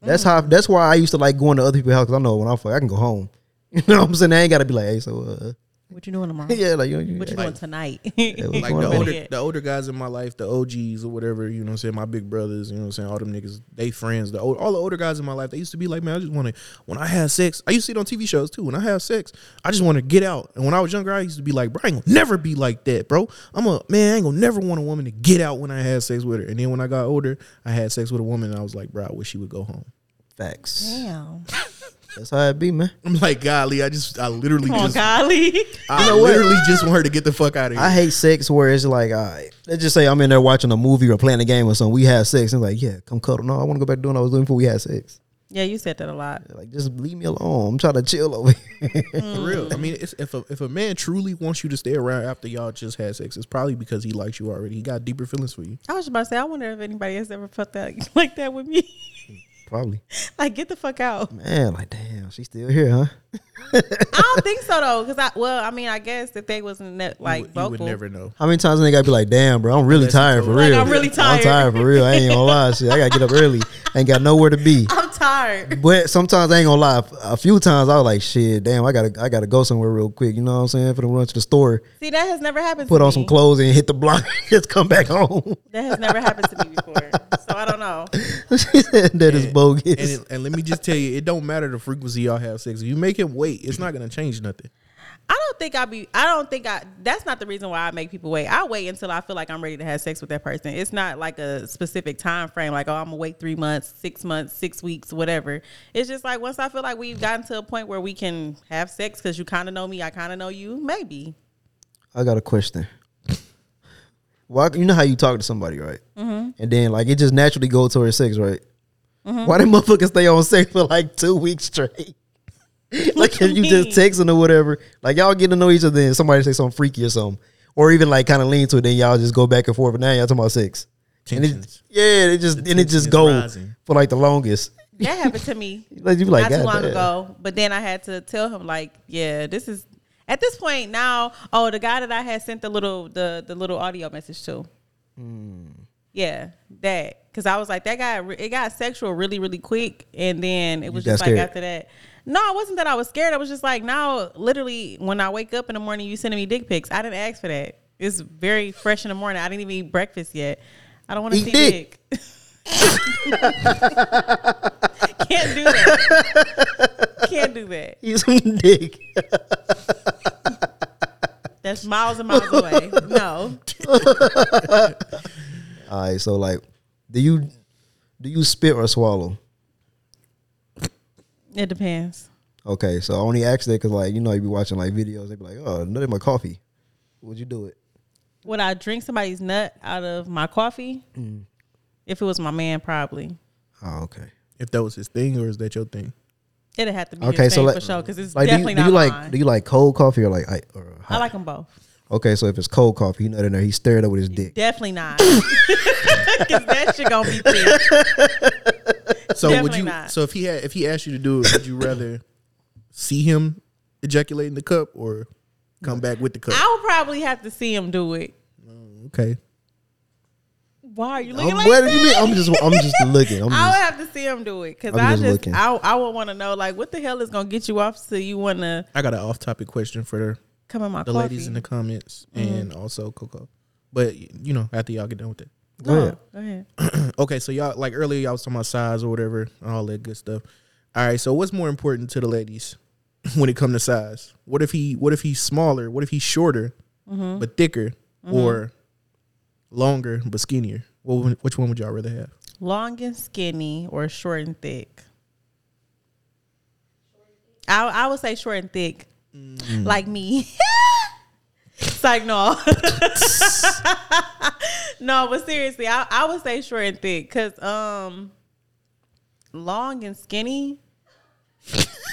S2: That's how. That's why I used to like going to other people's house because I know when I fuck, I can go home. You know what I'm saying? I ain't got to be like, hey, so uh,
S1: What you doing tomorrow?
S2: yeah, like you. you
S1: What you
S2: like,
S1: doing tonight?
S2: what's
S3: Like
S2: going
S3: the
S2: on?
S3: older,
S1: Yeah.
S3: the older guys in my life, the OGs or whatever, you know what I'm saying? My big brothers, you know what I'm saying? All them niggas, they friends. The old, All the older guys in my life, they used to be like, man, I just want to, when I have sex, I used to see it on TV shows too. When I have sex, I just want to get out. And when I was younger, I used to be like, bro, I ain't going to never be like that, bro. I'm a, man, I ain't going to never want a woman to get out when I had sex with her. And then when I got older, I had sex with a woman and I was like, bro, I wish she would go home.
S2: Facts.
S1: Damn.
S2: That's how it be, man.
S3: I'm like, golly, I just, I literally
S1: Come on,
S3: just,
S1: golly.
S3: I literally just want her to get the fuck out of here.
S2: I hate sex where it's like, all right, let's just say I'm in there watching a movie or playing a game or something. We had sex. And like, yeah, come cuddle. No, I want to go back to doing what I was doing before we had sex.
S1: Yeah, you said that a lot.
S2: Like, just leave me alone. I'm trying to chill over here.
S3: For real. I
S1: Mm-hmm.
S3: mean, it's, if a, if a man truly wants you to stay around after y'all just had sex, it's probably because he likes you already. He got deeper feelings for you.
S1: I was about to say, I wonder if anybody has ever felt that like that with me.
S2: Probably.
S1: like, get the fuck out.
S2: Man, like, damn, she's still here, huh?
S1: I don't think so though, because I well, I mean, I guess if they wasn't that, like
S3: you, would- you
S1: vocal,
S3: would never know.
S2: How many times they gotta be like, damn, bro, I'm really tired for
S1: Like,
S2: real.
S1: I'm really
S2: I'm tired for real. I ain't gonna lie. Shit, I gotta get up early. ain't got nowhere to be.
S1: I'm tired.
S2: But sometimes I ain't gonna lie. A few times I was like, shit, damn, I gotta, I gotta go somewhere real quick. You know what I'm saying? For the run to the store,
S1: See, that has never happened.
S2: put
S1: to
S2: on
S1: me.
S2: some clothes and hit the block, just come back home.
S1: That has never happened to me before, so I don't know.
S2: she said that is bogus.
S3: And, it- and let me just tell you, it don't matter the frequency y'all have sex. If you make him wait, it's not going to change nothing.
S1: I don't think I be. I don't think I. That's not the reason why I make people wait. I wait until I feel like I'm ready to have sex with that person. It's not like a specific time frame. Like, oh, I'm gonna wait three months, six months, six weeks, whatever. It's just like once I feel like we've gotten to a point where we can have sex because you kind of know me, I kind of know you. Maybe
S2: I got a question. Why you know how you talk to somebody, right?
S1: Mm-hmm.
S2: And then like it just naturally goes towards sex, right? Why them motherfuckers stay on sex for like two weeks straight? like
S1: you
S2: if you just
S1: mean?
S2: texting or whatever, like y'all get to know each other and somebody say something freaky or something. Or even like kind of lean to it, then y'all just go back and forth. But now y'all talking about sex. And it,
S3: Tensions.
S2: yeah, it just and it
S3: tension
S2: just
S3: is
S2: goes
S3: rising.
S2: for like the longest.
S1: that happened to me.
S2: Like you be like
S1: not too
S2: God
S1: long
S2: damn.
S1: ago. But then I had to tell him like, yeah, this is at this point now. Oh, the guy that I had sent the little the the little audio message to.
S2: Hmm.
S1: Yeah, that because I was like that guy. re- It got sexual really really quick, and then it was
S2: got
S1: just like
S2: scared.
S1: after that. No, it wasn't that I was scared. I was just like now, literally, when I wake up in the morning, you sending me dick pics. I didn't ask for that. It's very fresh in the morning. I didn't even eat breakfast yet. I don't want to
S2: Eat
S1: see
S2: dick.
S1: dick. Can't do that. Can't do that.
S2: He's some dick.
S1: That's that's miles and miles away. No,
S2: All right, so like, do you do you spit or swallow?
S1: it depends.
S2: Okay, so I only ask that because like you know you be watching like videos, they be like, oh, nut in my coffee. Would you do it?
S1: Would I drink somebody's nut out of my coffee?
S2: Mm.
S1: If it was my man, probably.
S2: Oh, okay.
S3: If that was his thing, or is that your thing?
S1: It'd have to be
S2: Okay,
S1: his
S2: so
S1: thing
S2: like,
S1: for sure because it's
S2: like,
S1: definitely
S2: do you, do you
S1: not
S2: like
S1: mine.
S2: do you like cold coffee or like I or hot?
S1: I like them both.
S2: Okay, so if it's cold coffee, you know in there, he stirred up with his dick.
S1: Definitely not. Because that shit gonna be thick.
S3: So would
S1: Definitely
S3: you?
S1: not.
S3: So if he had, if he asked you to do it, would you rather see him ejaculate in the cup or come back with the cup?
S1: I'll probably have to see him do it.
S3: Okay.
S1: Why are you looking
S2: I'm,
S1: like
S2: what do
S1: that?
S2: you mean? I'm just I'm just looking. I'm
S1: I
S2: just,
S1: would have to see him do it because
S2: I'm
S1: I
S2: just
S1: just,
S2: looking.
S1: I, I would want to know like what the hell is gonna get you off so you want to
S3: I got an off-topic question for
S1: come in my
S3: the
S1: coffee. Mm-hmm.
S3: ladies in the comments and also Coco, but you know after y'all get done with that.
S2: go ahead.
S1: Go ahead.
S3: okay, so y'all like earlier y'all was talking about size or whatever, and all that good stuff. All right, so what's more important to the ladies when it comes to size? What if he what if he's smaller? What if he's shorter
S1: Mm-hmm.
S3: but thicker or longer but skinnier? What would- which one would y'all rather have?
S1: Long and skinny or short and thick. I I would say short and thick, like me. it's like no, no, but seriously, I I would say short and thick because um, long and skinny.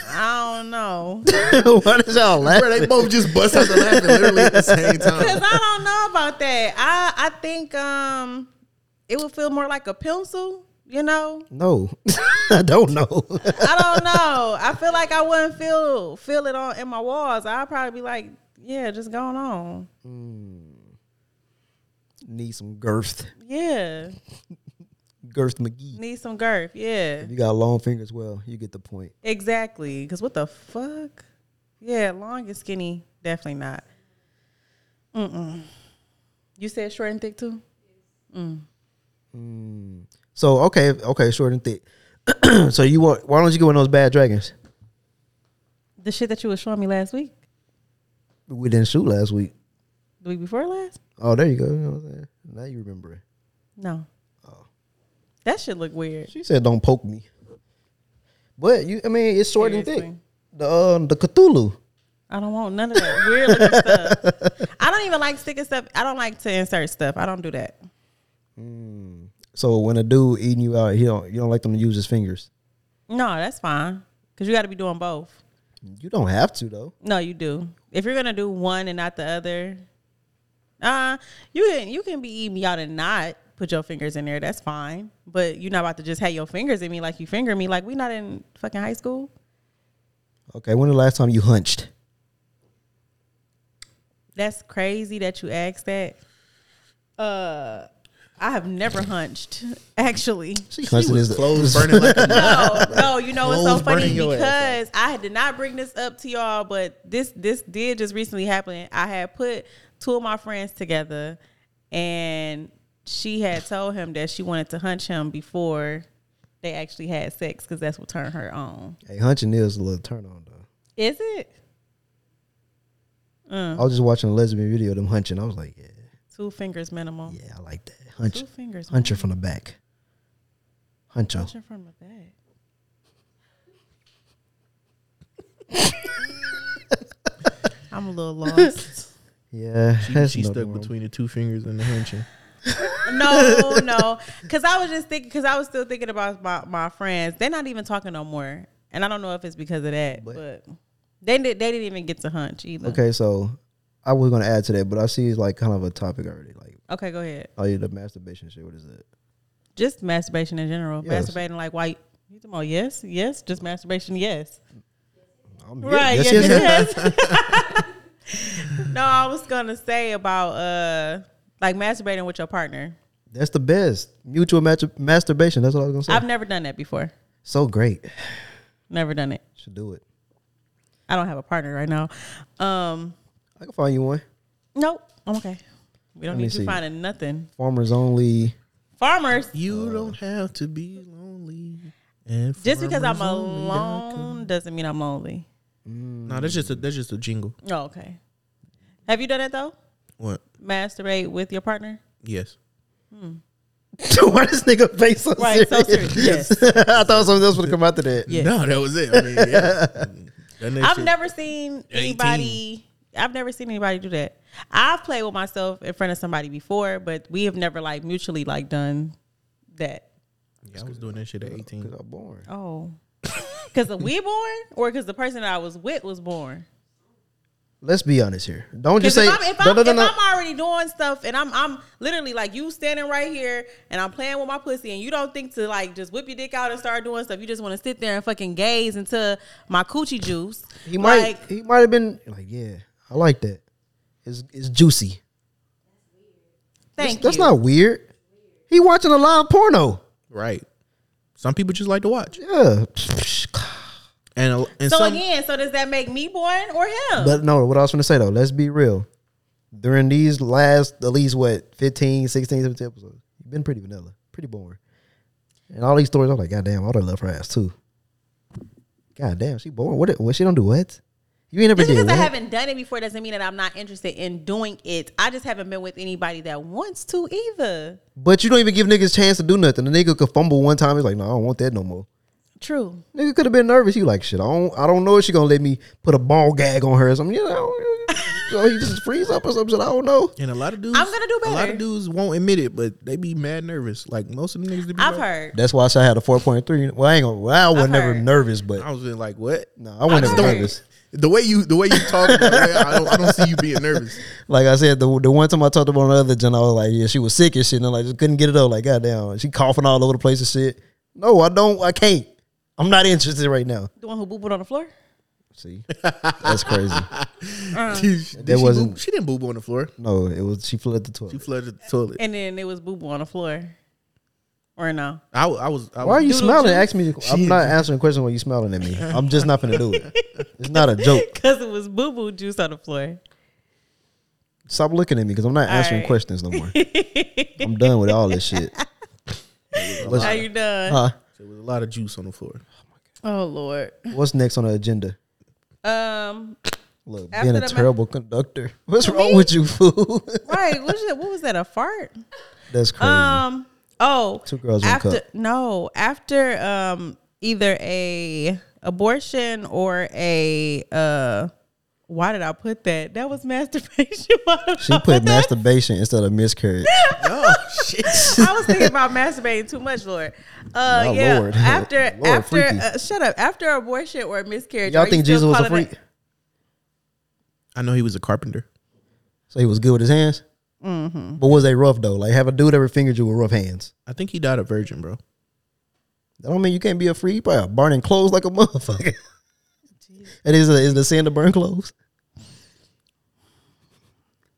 S1: I don't know.
S2: Why did y'all laugh?
S3: they both just bust out the laughing literally at the same time.
S1: Cause I don't know about that. I I think um it would feel more like a pencil, you know.
S2: No, I don't know.
S1: I don't know. I feel like I wouldn't feel feel it on in my walls. I'd probably be like, yeah, just going on.
S2: Need some girth,
S1: Yeah.
S2: girth McGee.
S1: Need some girth. Yeah.
S2: If you got long fingers, well, you get the point.
S1: Exactly. Cause what the fuck? Yeah, long and skinny, definitely not. Mm-mm. You said short and thick too?
S2: So okay, okay, short and thick. so you want? Why don't you go in those bad dragons?
S1: The shit that you was showing me last week,
S2: We didn't shoot last week.
S1: the week before last?
S2: Oh, there you go. You know what I'm saying? Now you remember it.
S1: No. That shit look weird.
S2: She said, "Don't poke me." But you, I mean, it's short and thick.
S1: Seriously.
S2: The um, the Cthulhu.
S1: I don't want none of that weird looking stuff. I don't even like sticking stuff. I don't like to insert stuff. I don't do that.
S2: So when a dude eating you out, he don't you don't like them to use his fingers.
S1: No, that's fine. Cause you got to be doing both.
S2: You don't have to though.
S1: No, you do. If you're gonna do one and not the other, uh, you can you can be eating me out and not put your fingers in there. That's fine. But you're not about to just have your fingers in me like you finger me like we not in fucking high school.
S2: Okay, when the last time you hunched?
S1: That's crazy that you asked that. Uh, I have never hunched actually.
S2: She hunched his
S3: Clothes burning like a
S1: no, no, you know it's so
S3: Clothes
S1: funny
S3: burning your
S1: because I did not bring this up to y'all, but this this did just recently happen. I had put two of my friends together, and she had told him that she wanted to hunch him before they actually had sex because that's what turned her on.
S2: Hey, hunching is a little turn on though.
S1: Is it
S2: I was just watching a lesbian video of them hunching. I was like, yeah,
S1: two fingers minimum?
S2: yeah, I like that. Hunch,
S1: Two fingers. minimum.
S2: huncher from the back. Huncho.
S1: Hunching from the back. I'm a little lost.
S2: Yeah, that's
S3: She
S2: no
S3: stuck
S2: norm.
S3: between the two fingers and the hunching.
S1: no, no. Because I was just thinking, because I was still thinking about my, my friends. They're not even talking no more. And I don't know if it's because of that, but, they, did, they didn't even get to hunch either.
S2: Okay, so I was gonna add to that, but I see it's like kind of a topic already. Like,
S1: Okay, go ahead.
S2: oh yeah, the masturbation shit. What is that?
S1: Just masturbation in general.
S2: Yes.
S1: Masturbating like why? You talking about yes, yes, just masturbation, yes.
S2: I'm-
S1: Right,
S2: yes,
S1: yes,
S2: yes, yes.
S1: yes. no, I was gonna say about uh like masturbating with your partner.
S2: That's the best mutual matru- masturbation. That's what I was gonna say.
S1: I've never done that before.
S2: so great.
S1: Never done it.
S2: Should do it.
S1: I don't have a partner right now. Um,
S2: I can find you one.
S1: nope. I'm okay. We don't
S2: Let me
S1: need you
S2: see.
S1: finding nothing.
S2: Farmers only.
S1: Farmers.
S3: You don't have to be lonely. Uh, And
S1: Just because I'm
S3: farmers only dot com.
S1: alone doesn't mean I'm lonely.
S3: No, that's just a that's just a jingle.
S1: Oh, okay. Have you done it though?
S3: What?
S1: Masturbate with your partner?
S3: Yes.
S2: Why this nigga face so
S1: Right,
S2: serious?
S1: so serious. Yes.
S2: I thought something else would come out to that.
S1: Yeah.
S3: No, that was it. I mean, yeah. Mm-hmm. That next
S1: I've
S3: shit-
S1: never seen
S3: 18.
S1: anybody. I've never seen anybody do that. I've played with myself in front of somebody before, but we have never like mutually like done that.
S3: Yeah, I was doing that shit at 18.
S2: I'm born.
S1: Oh, because we born or because the person that I was with was born.
S2: Let's be honest here. Don't just
S1: Because
S2: say
S1: if, I'm, if,
S2: no,
S1: I'm,
S2: no, no,
S1: if
S2: no.
S1: I'm already doing stuff and I'm I'm literally like you standing right here and I'm playing with my pussy and you don't think to like just whip your dick out and start doing stuff. You just want to sit there and fucking gaze into my coochie juice.
S2: He might
S1: Like,
S2: he might have been like, yeah, I like that. It's it's juicy.
S1: thank
S2: That's
S1: you.
S2: not weird. He watching a live porno.
S3: Right. Some people just like to watch.
S2: Yeah.
S3: And, a- and
S1: so
S3: some,
S1: again, so does that make me born or him?
S2: But no, what I was going to say though, let's be real. During these last, at least what, 15, 16, 17 episodes, you've been pretty vanilla, pretty boring. And all these stories, I'm like, God damn, I would have loved her ass too. God damn, she boring. What, what she don't do what? You ain't never
S1: Just
S2: did
S1: because I
S2: what?
S1: haven't done it before doesn't mean that I'm not interested in doing it. I just haven't been with anybody that wants to either.
S2: But you don't even give niggas chance to do nothing. The nigga could fumble one time, he's like, no, I don't want that no more.
S1: True.
S2: Nigga could have been nervous. He like, shit, I don't, I don't know if she gonna let me put a ball gag on her or something. You know, so he just freeze up or something. I don't know.
S3: and a lot of dudes.
S1: I'm gonna do
S3: A lot
S1: better.
S3: of dudes won't admit it, but they be mad nervous. Like most of the niggas that be
S1: I've
S3: like-
S1: heard.
S2: That's why I said I had a four point three. Well, I ain't gonna. Well, I was
S1: I've
S2: never
S1: heard.
S2: nervous, but
S3: I was just like, what?
S2: no, I wasn't
S1: I've
S2: ever
S1: heard.
S2: nervous.
S3: The way you the way you talk, that way, I, don't, I don't see you being nervous.
S2: Like I said, the the one time I talked about another gen, I was like, yeah, she was sick and shit, and I like just couldn't get it up. Like, goddamn, she coughing all over the place and shit. No, I don't. I can't. I'm not interested right now.
S1: The one who booed on the floor?
S2: See, that's crazy.
S1: Uh-huh.
S3: Did she
S2: wasn't-
S3: boob? She didn't boob on the floor.
S2: No, it was she flooded the
S3: She
S2: toilet.
S3: flooded the toilet.
S1: And then it was boo boo on the floor. Or no.
S3: I, wa- I was. I
S2: Why are
S3: was
S2: you
S1: Doodle
S2: smiling?
S1: juice.
S2: Ask me. I'm not answering questions when you smiling at me. I'm just not gonna do it. It's not a joke.
S1: Because it was boo boo juice on the floor.
S2: Stop looking at me because I'm not answering
S1: right.
S2: questions no more. I'm done with all this shit.
S1: How
S2: Let's-
S1: you done?
S2: huh?
S3: There was a lot of juice on the floor.
S1: Oh Lord.
S2: What's next on the agenda?
S1: Um.
S2: Look,
S1: After
S2: being a
S1: the ma-
S2: terrible conductor. What's
S1: To
S2: wrong
S1: me?
S2: with you, fool?
S1: Right. What was that? What was that? A fart?
S2: That's crazy.
S1: Um. Oh.
S2: Two girls, one
S1: After
S2: cup.
S1: no. After um either a abortion or a uh. Why did I put that? That was masturbation. Why did
S2: she
S1: I
S2: put
S1: that?
S2: masturbation instead of miscarriage.
S3: Oh shit!
S1: I was thinking about masturbating too much, Lord. Uh,
S2: My
S1: yeah.
S2: Lord.
S1: After
S2: Lord,
S1: after
S2: freaky.
S1: uh, shut up. After abortion or miscarriage.
S2: Y'all
S1: are you
S2: think
S1: still
S2: Jesus was a
S1: calling
S2: freak?
S1: it-
S3: I know he was a carpenter.
S2: So he was good with his hands?
S1: Mm-hmm.
S2: But was they rough, though? Like, have a dude ever fingered you with rough hands?
S3: I think he died a virgin, bro.
S2: That don't mean you can't be a freak. You probably out burning clothes like a motherfucker. And is, is the sin to burn clothes?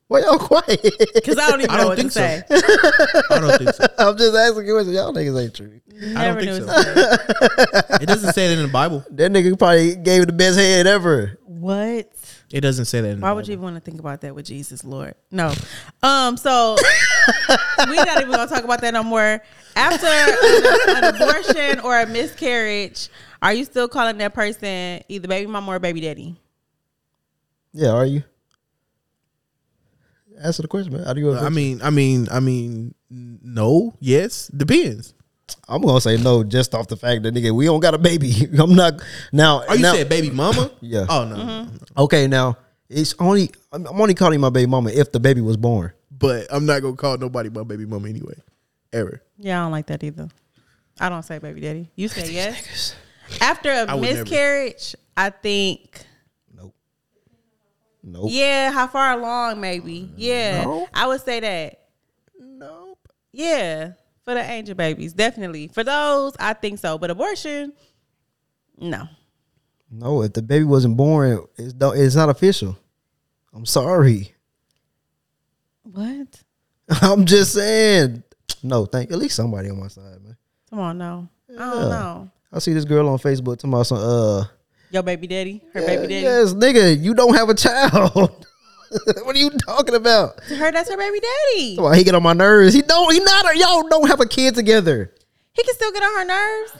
S2: Why y'all quiet?
S1: Because I don't even
S3: I
S1: know
S3: don't
S1: what
S3: think
S1: to
S3: so.
S1: say.
S3: I don't think so.
S2: I'm just asking questions. Y'all niggas ain't true.
S3: I don't
S1: Never
S3: think
S1: knew.
S3: so. It doesn't say that in the Bible.
S2: That nigga probably gave the best head ever.
S1: What?
S3: It doesn't say that. In
S1: Why
S3: the
S1: would
S3: Bible.
S1: you even want to think about that with Jesus, Lord? No. Um. So we're not even gonna talk about that no more. After an, an abortion or a miscarriage, are you still calling that person either baby mama or baby daddy?
S2: Yeah, are you? Answer the question, man. How do you?
S3: I mean, I mean, I mean, no, yes, depends.
S2: I'm gonna say no, just off the fact that nigga, we don't got a baby. I'm not now.
S3: Are Oh, you
S2: now-
S3: said baby mama?
S2: Yeah.
S3: Oh no, no,
S1: Mm-hmm.
S3: no, no.
S2: Okay, now it's only I'm I'm only calling my baby mama if the baby was born.
S3: but I'm not gonna call nobody my baby mama anyway, ever.
S1: Yeah, I don't like that either. I don't say baby daddy. You say yes. After a
S3: I would never.
S1: miscarriage, I think
S2: Nope. Nope.
S1: yeah, how far along
S3: Uh,
S1: maybe. Yeah. I would say that.
S2: Nope.
S1: Yeah, for the angel babies, definitely. For those, I think so. But abortion, no.
S2: No, if the baby wasn't born, it's no, it's not official. I'm sorry.
S1: What?
S2: I'm just saying. No, thank at least somebody on my side, man.
S1: Come on, no. I don't know.
S2: I see this girl on Facebook talking about some uh
S1: Your baby daddy, her
S2: yeah,
S1: baby daddy.
S2: Yes, nigga, you don't have a child. what are you talking about?
S1: To her, that's her baby daddy.
S2: Come on, he get on my nerves. He don't. He not. Y'all don't have a kid together.
S1: He can still get on her nerves.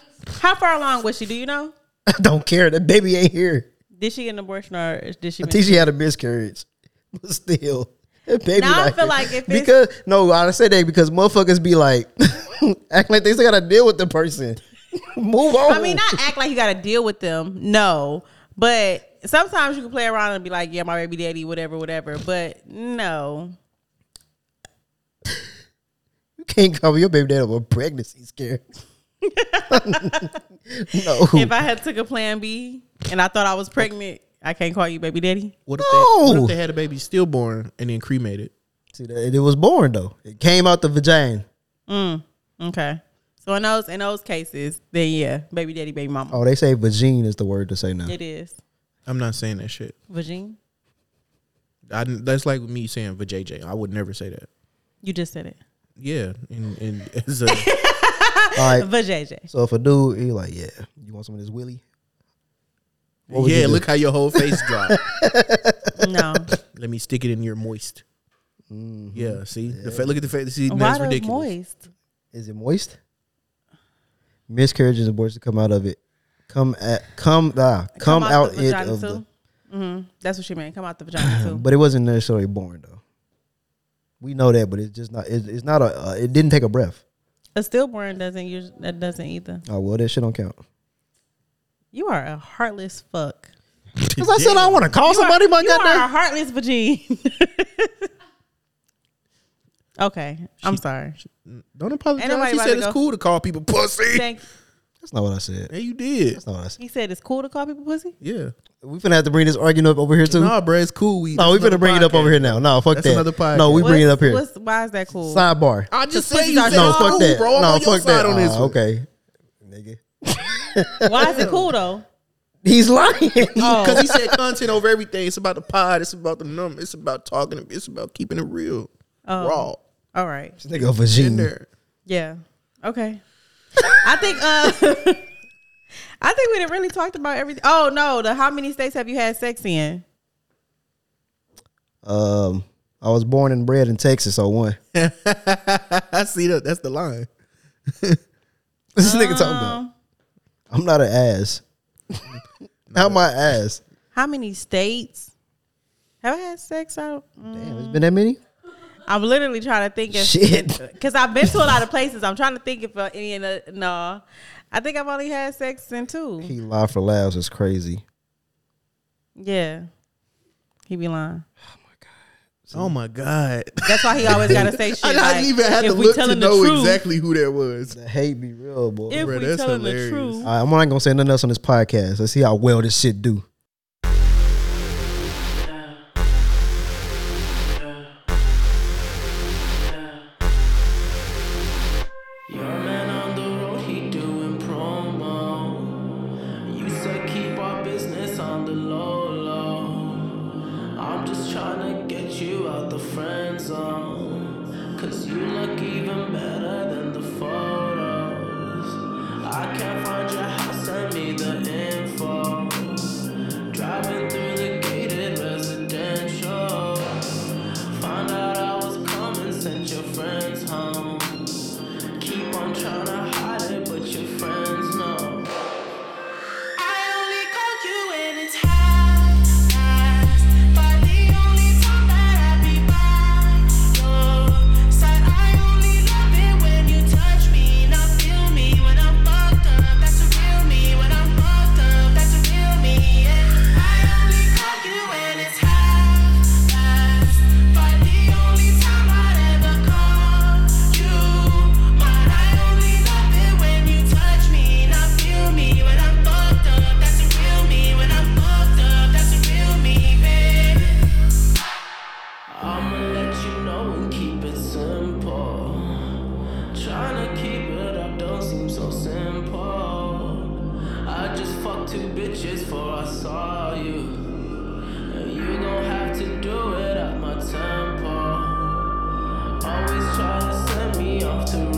S1: How far along was she? Do you know?
S2: I don't care. That baby ain't here.
S1: Did she get an abortion or did she?
S2: I think she had a miscarriage. But still. it may be
S1: Now I feel like if it's-
S2: because no, I say that because motherfuckers be like act like they still gotta deal with the person. Move on.
S1: I mean, not act like you got to deal with them. No, but sometimes you can play around and be like, "Yeah, my baby daddy, whatever, whatever." But no,
S2: you can't cover your baby daddy with a pregnancy scare. no.
S1: if I had took a Plan B and I thought I was pregnant, I can't call you baby daddy.
S3: What if, they, what
S2: No.
S3: if they had a baby stillborn and then cremated?
S2: See, that- it was born though. It came out the vagina.
S1: Okay, so in those in those cases, then yeah, baby daddy, baby mama,
S2: Oh, they say vagine is the word to say now.
S1: it is
S3: I'm not saying that shit.
S1: vagine.
S3: I, didn't- that's like me saying vajayjay. I would never say that.
S1: You just said it,
S3: Yeah, and, and as a,
S2: All right.
S1: vajayjay.
S2: So if a dude, he like, yeah, you want some of this willy? What would you
S3: yeah,
S2: do?
S3: look how your whole face dropped.
S1: No,
S3: Let me stick it in your moist.
S2: Mm-hmm.
S3: Yeah, see, The fa- look at the face. See,
S1: why
S3: that's
S1: the
S3: ridiculous.
S1: moist?
S2: Is it moist? Miscarriages and abortions come out of it. Come at come ah, come, out,
S1: the
S2: it
S1: vagina
S2: of
S1: too.
S2: the,
S1: hmm That's what she meant. Come out the vagina too.
S2: but it wasn't necessarily born though. We know that, but it's just not. It's, it's not a. Uh, it didn't take a breath.
S1: A stillborn doesn't use that doesn't either.
S2: Oh well, that shit don't count.
S1: You are a heartless fuck.
S2: Cause I said I want to call somebody. my
S1: you are a
S2: goddamn.
S1: heartless vagine. okay, I'm sorry.
S3: Don't apologize.
S1: Ain't nobody
S3: He
S1: about
S3: said
S1: to
S3: it's
S1: go-
S3: cool to call people pussy.
S1: Thank,
S2: That's not what I said.
S3: Yeah, you did.
S2: That's not what I said.
S1: he said it's cool to call people pussy.
S3: Yeah.
S2: We finna have to bring this argument up over here too.
S3: Nah, bro, it's cool. We,
S2: No, we
S3: that's
S2: finna
S3: another
S2: bring it up
S3: podcast.
S2: over here now. No, fuck
S3: That's
S2: that.
S3: another podcast.
S2: No, we bring it
S1: What's-
S2: up here.
S1: what's- why is that cool?
S2: Sidebar.
S3: I just say
S1: pussies
S3: you
S1: are
S3: said
S2: No,
S1: That's
S3: it's
S2: fuck
S3: cool,
S2: that.
S3: bro. I'm
S2: no,
S3: on your
S2: fuck
S3: side
S2: that.
S3: on this.
S2: Ah,
S3: one.
S2: okay, nigga.
S1: Why is it cool though?
S2: He's lying.
S3: Because
S1: Oh.
S3: he said content over everything. It's about the pod. It's about the number. It's about talking. It's about keeping it real,
S1: Oh.
S3: raw
S1: All right.
S2: This nigga a
S3: in
S2: vagina.
S3: there.
S1: Yeah. Okay. I think. Uh, I think we done really talked about everything. Oh no, the how many states have you had sex in?
S2: Um, I was born and bred in Texas. So one.
S3: I see that. That's the line.
S2: This nigga talking about. I'm not an ass. not my ass.
S1: How many states have I had sex out? Mm.
S2: Damn, it's been that many.
S1: I'm literally trying to think if
S2: Shit.
S1: because I've been to a lot of places. I'm trying to think if uh, any of the no. I think I've only had sex in two.
S2: He lied for laughs. It's crazy.
S1: Yeah, he be lying.
S3: Oh my god!
S1: That's why he always gotta say shit.
S3: I didn't
S1: like,
S3: even have to
S1: if we
S3: look to
S1: telling
S3: know
S1: the truth,
S3: exactly who that was.
S2: The hate be real, boy.
S1: If
S3: Bruh,
S1: we
S3: that's
S1: telling the
S3: hilarious.
S1: truth,
S2: All right, I'm not gonna say nothing else on this podcast. Let's see how well this shit do.
S4: Your man on the road, he doing promo. You said keep our business on the low low. I'm just tryna get you out the friend zone. Cause you look even better than the photos. I can't find your house, send me the info. Driving through the gated residential. Found out I was coming, sent your friends home. Keep on tryna hide it, but your friends know.
S5: I only called you when it's half past. But the only time that I be by your side, I only love it when you touch me, not feel me. When I'm fucked up, that's a real me. When I'm fucked up, that's a real me. I only called you when it's half past. But the only time I ever called you mine, I only love it when you touch me, not feel me. When I'm fucked up, that's a real me. When I'm fucked up, that's a real me, babe.
S4: I'ma let you know and keep it simple. Tryna keep it up don't seem so simple. I just fucked two bitches before I saw you. And you gon' have to do it at my tempo. Always try to send me off to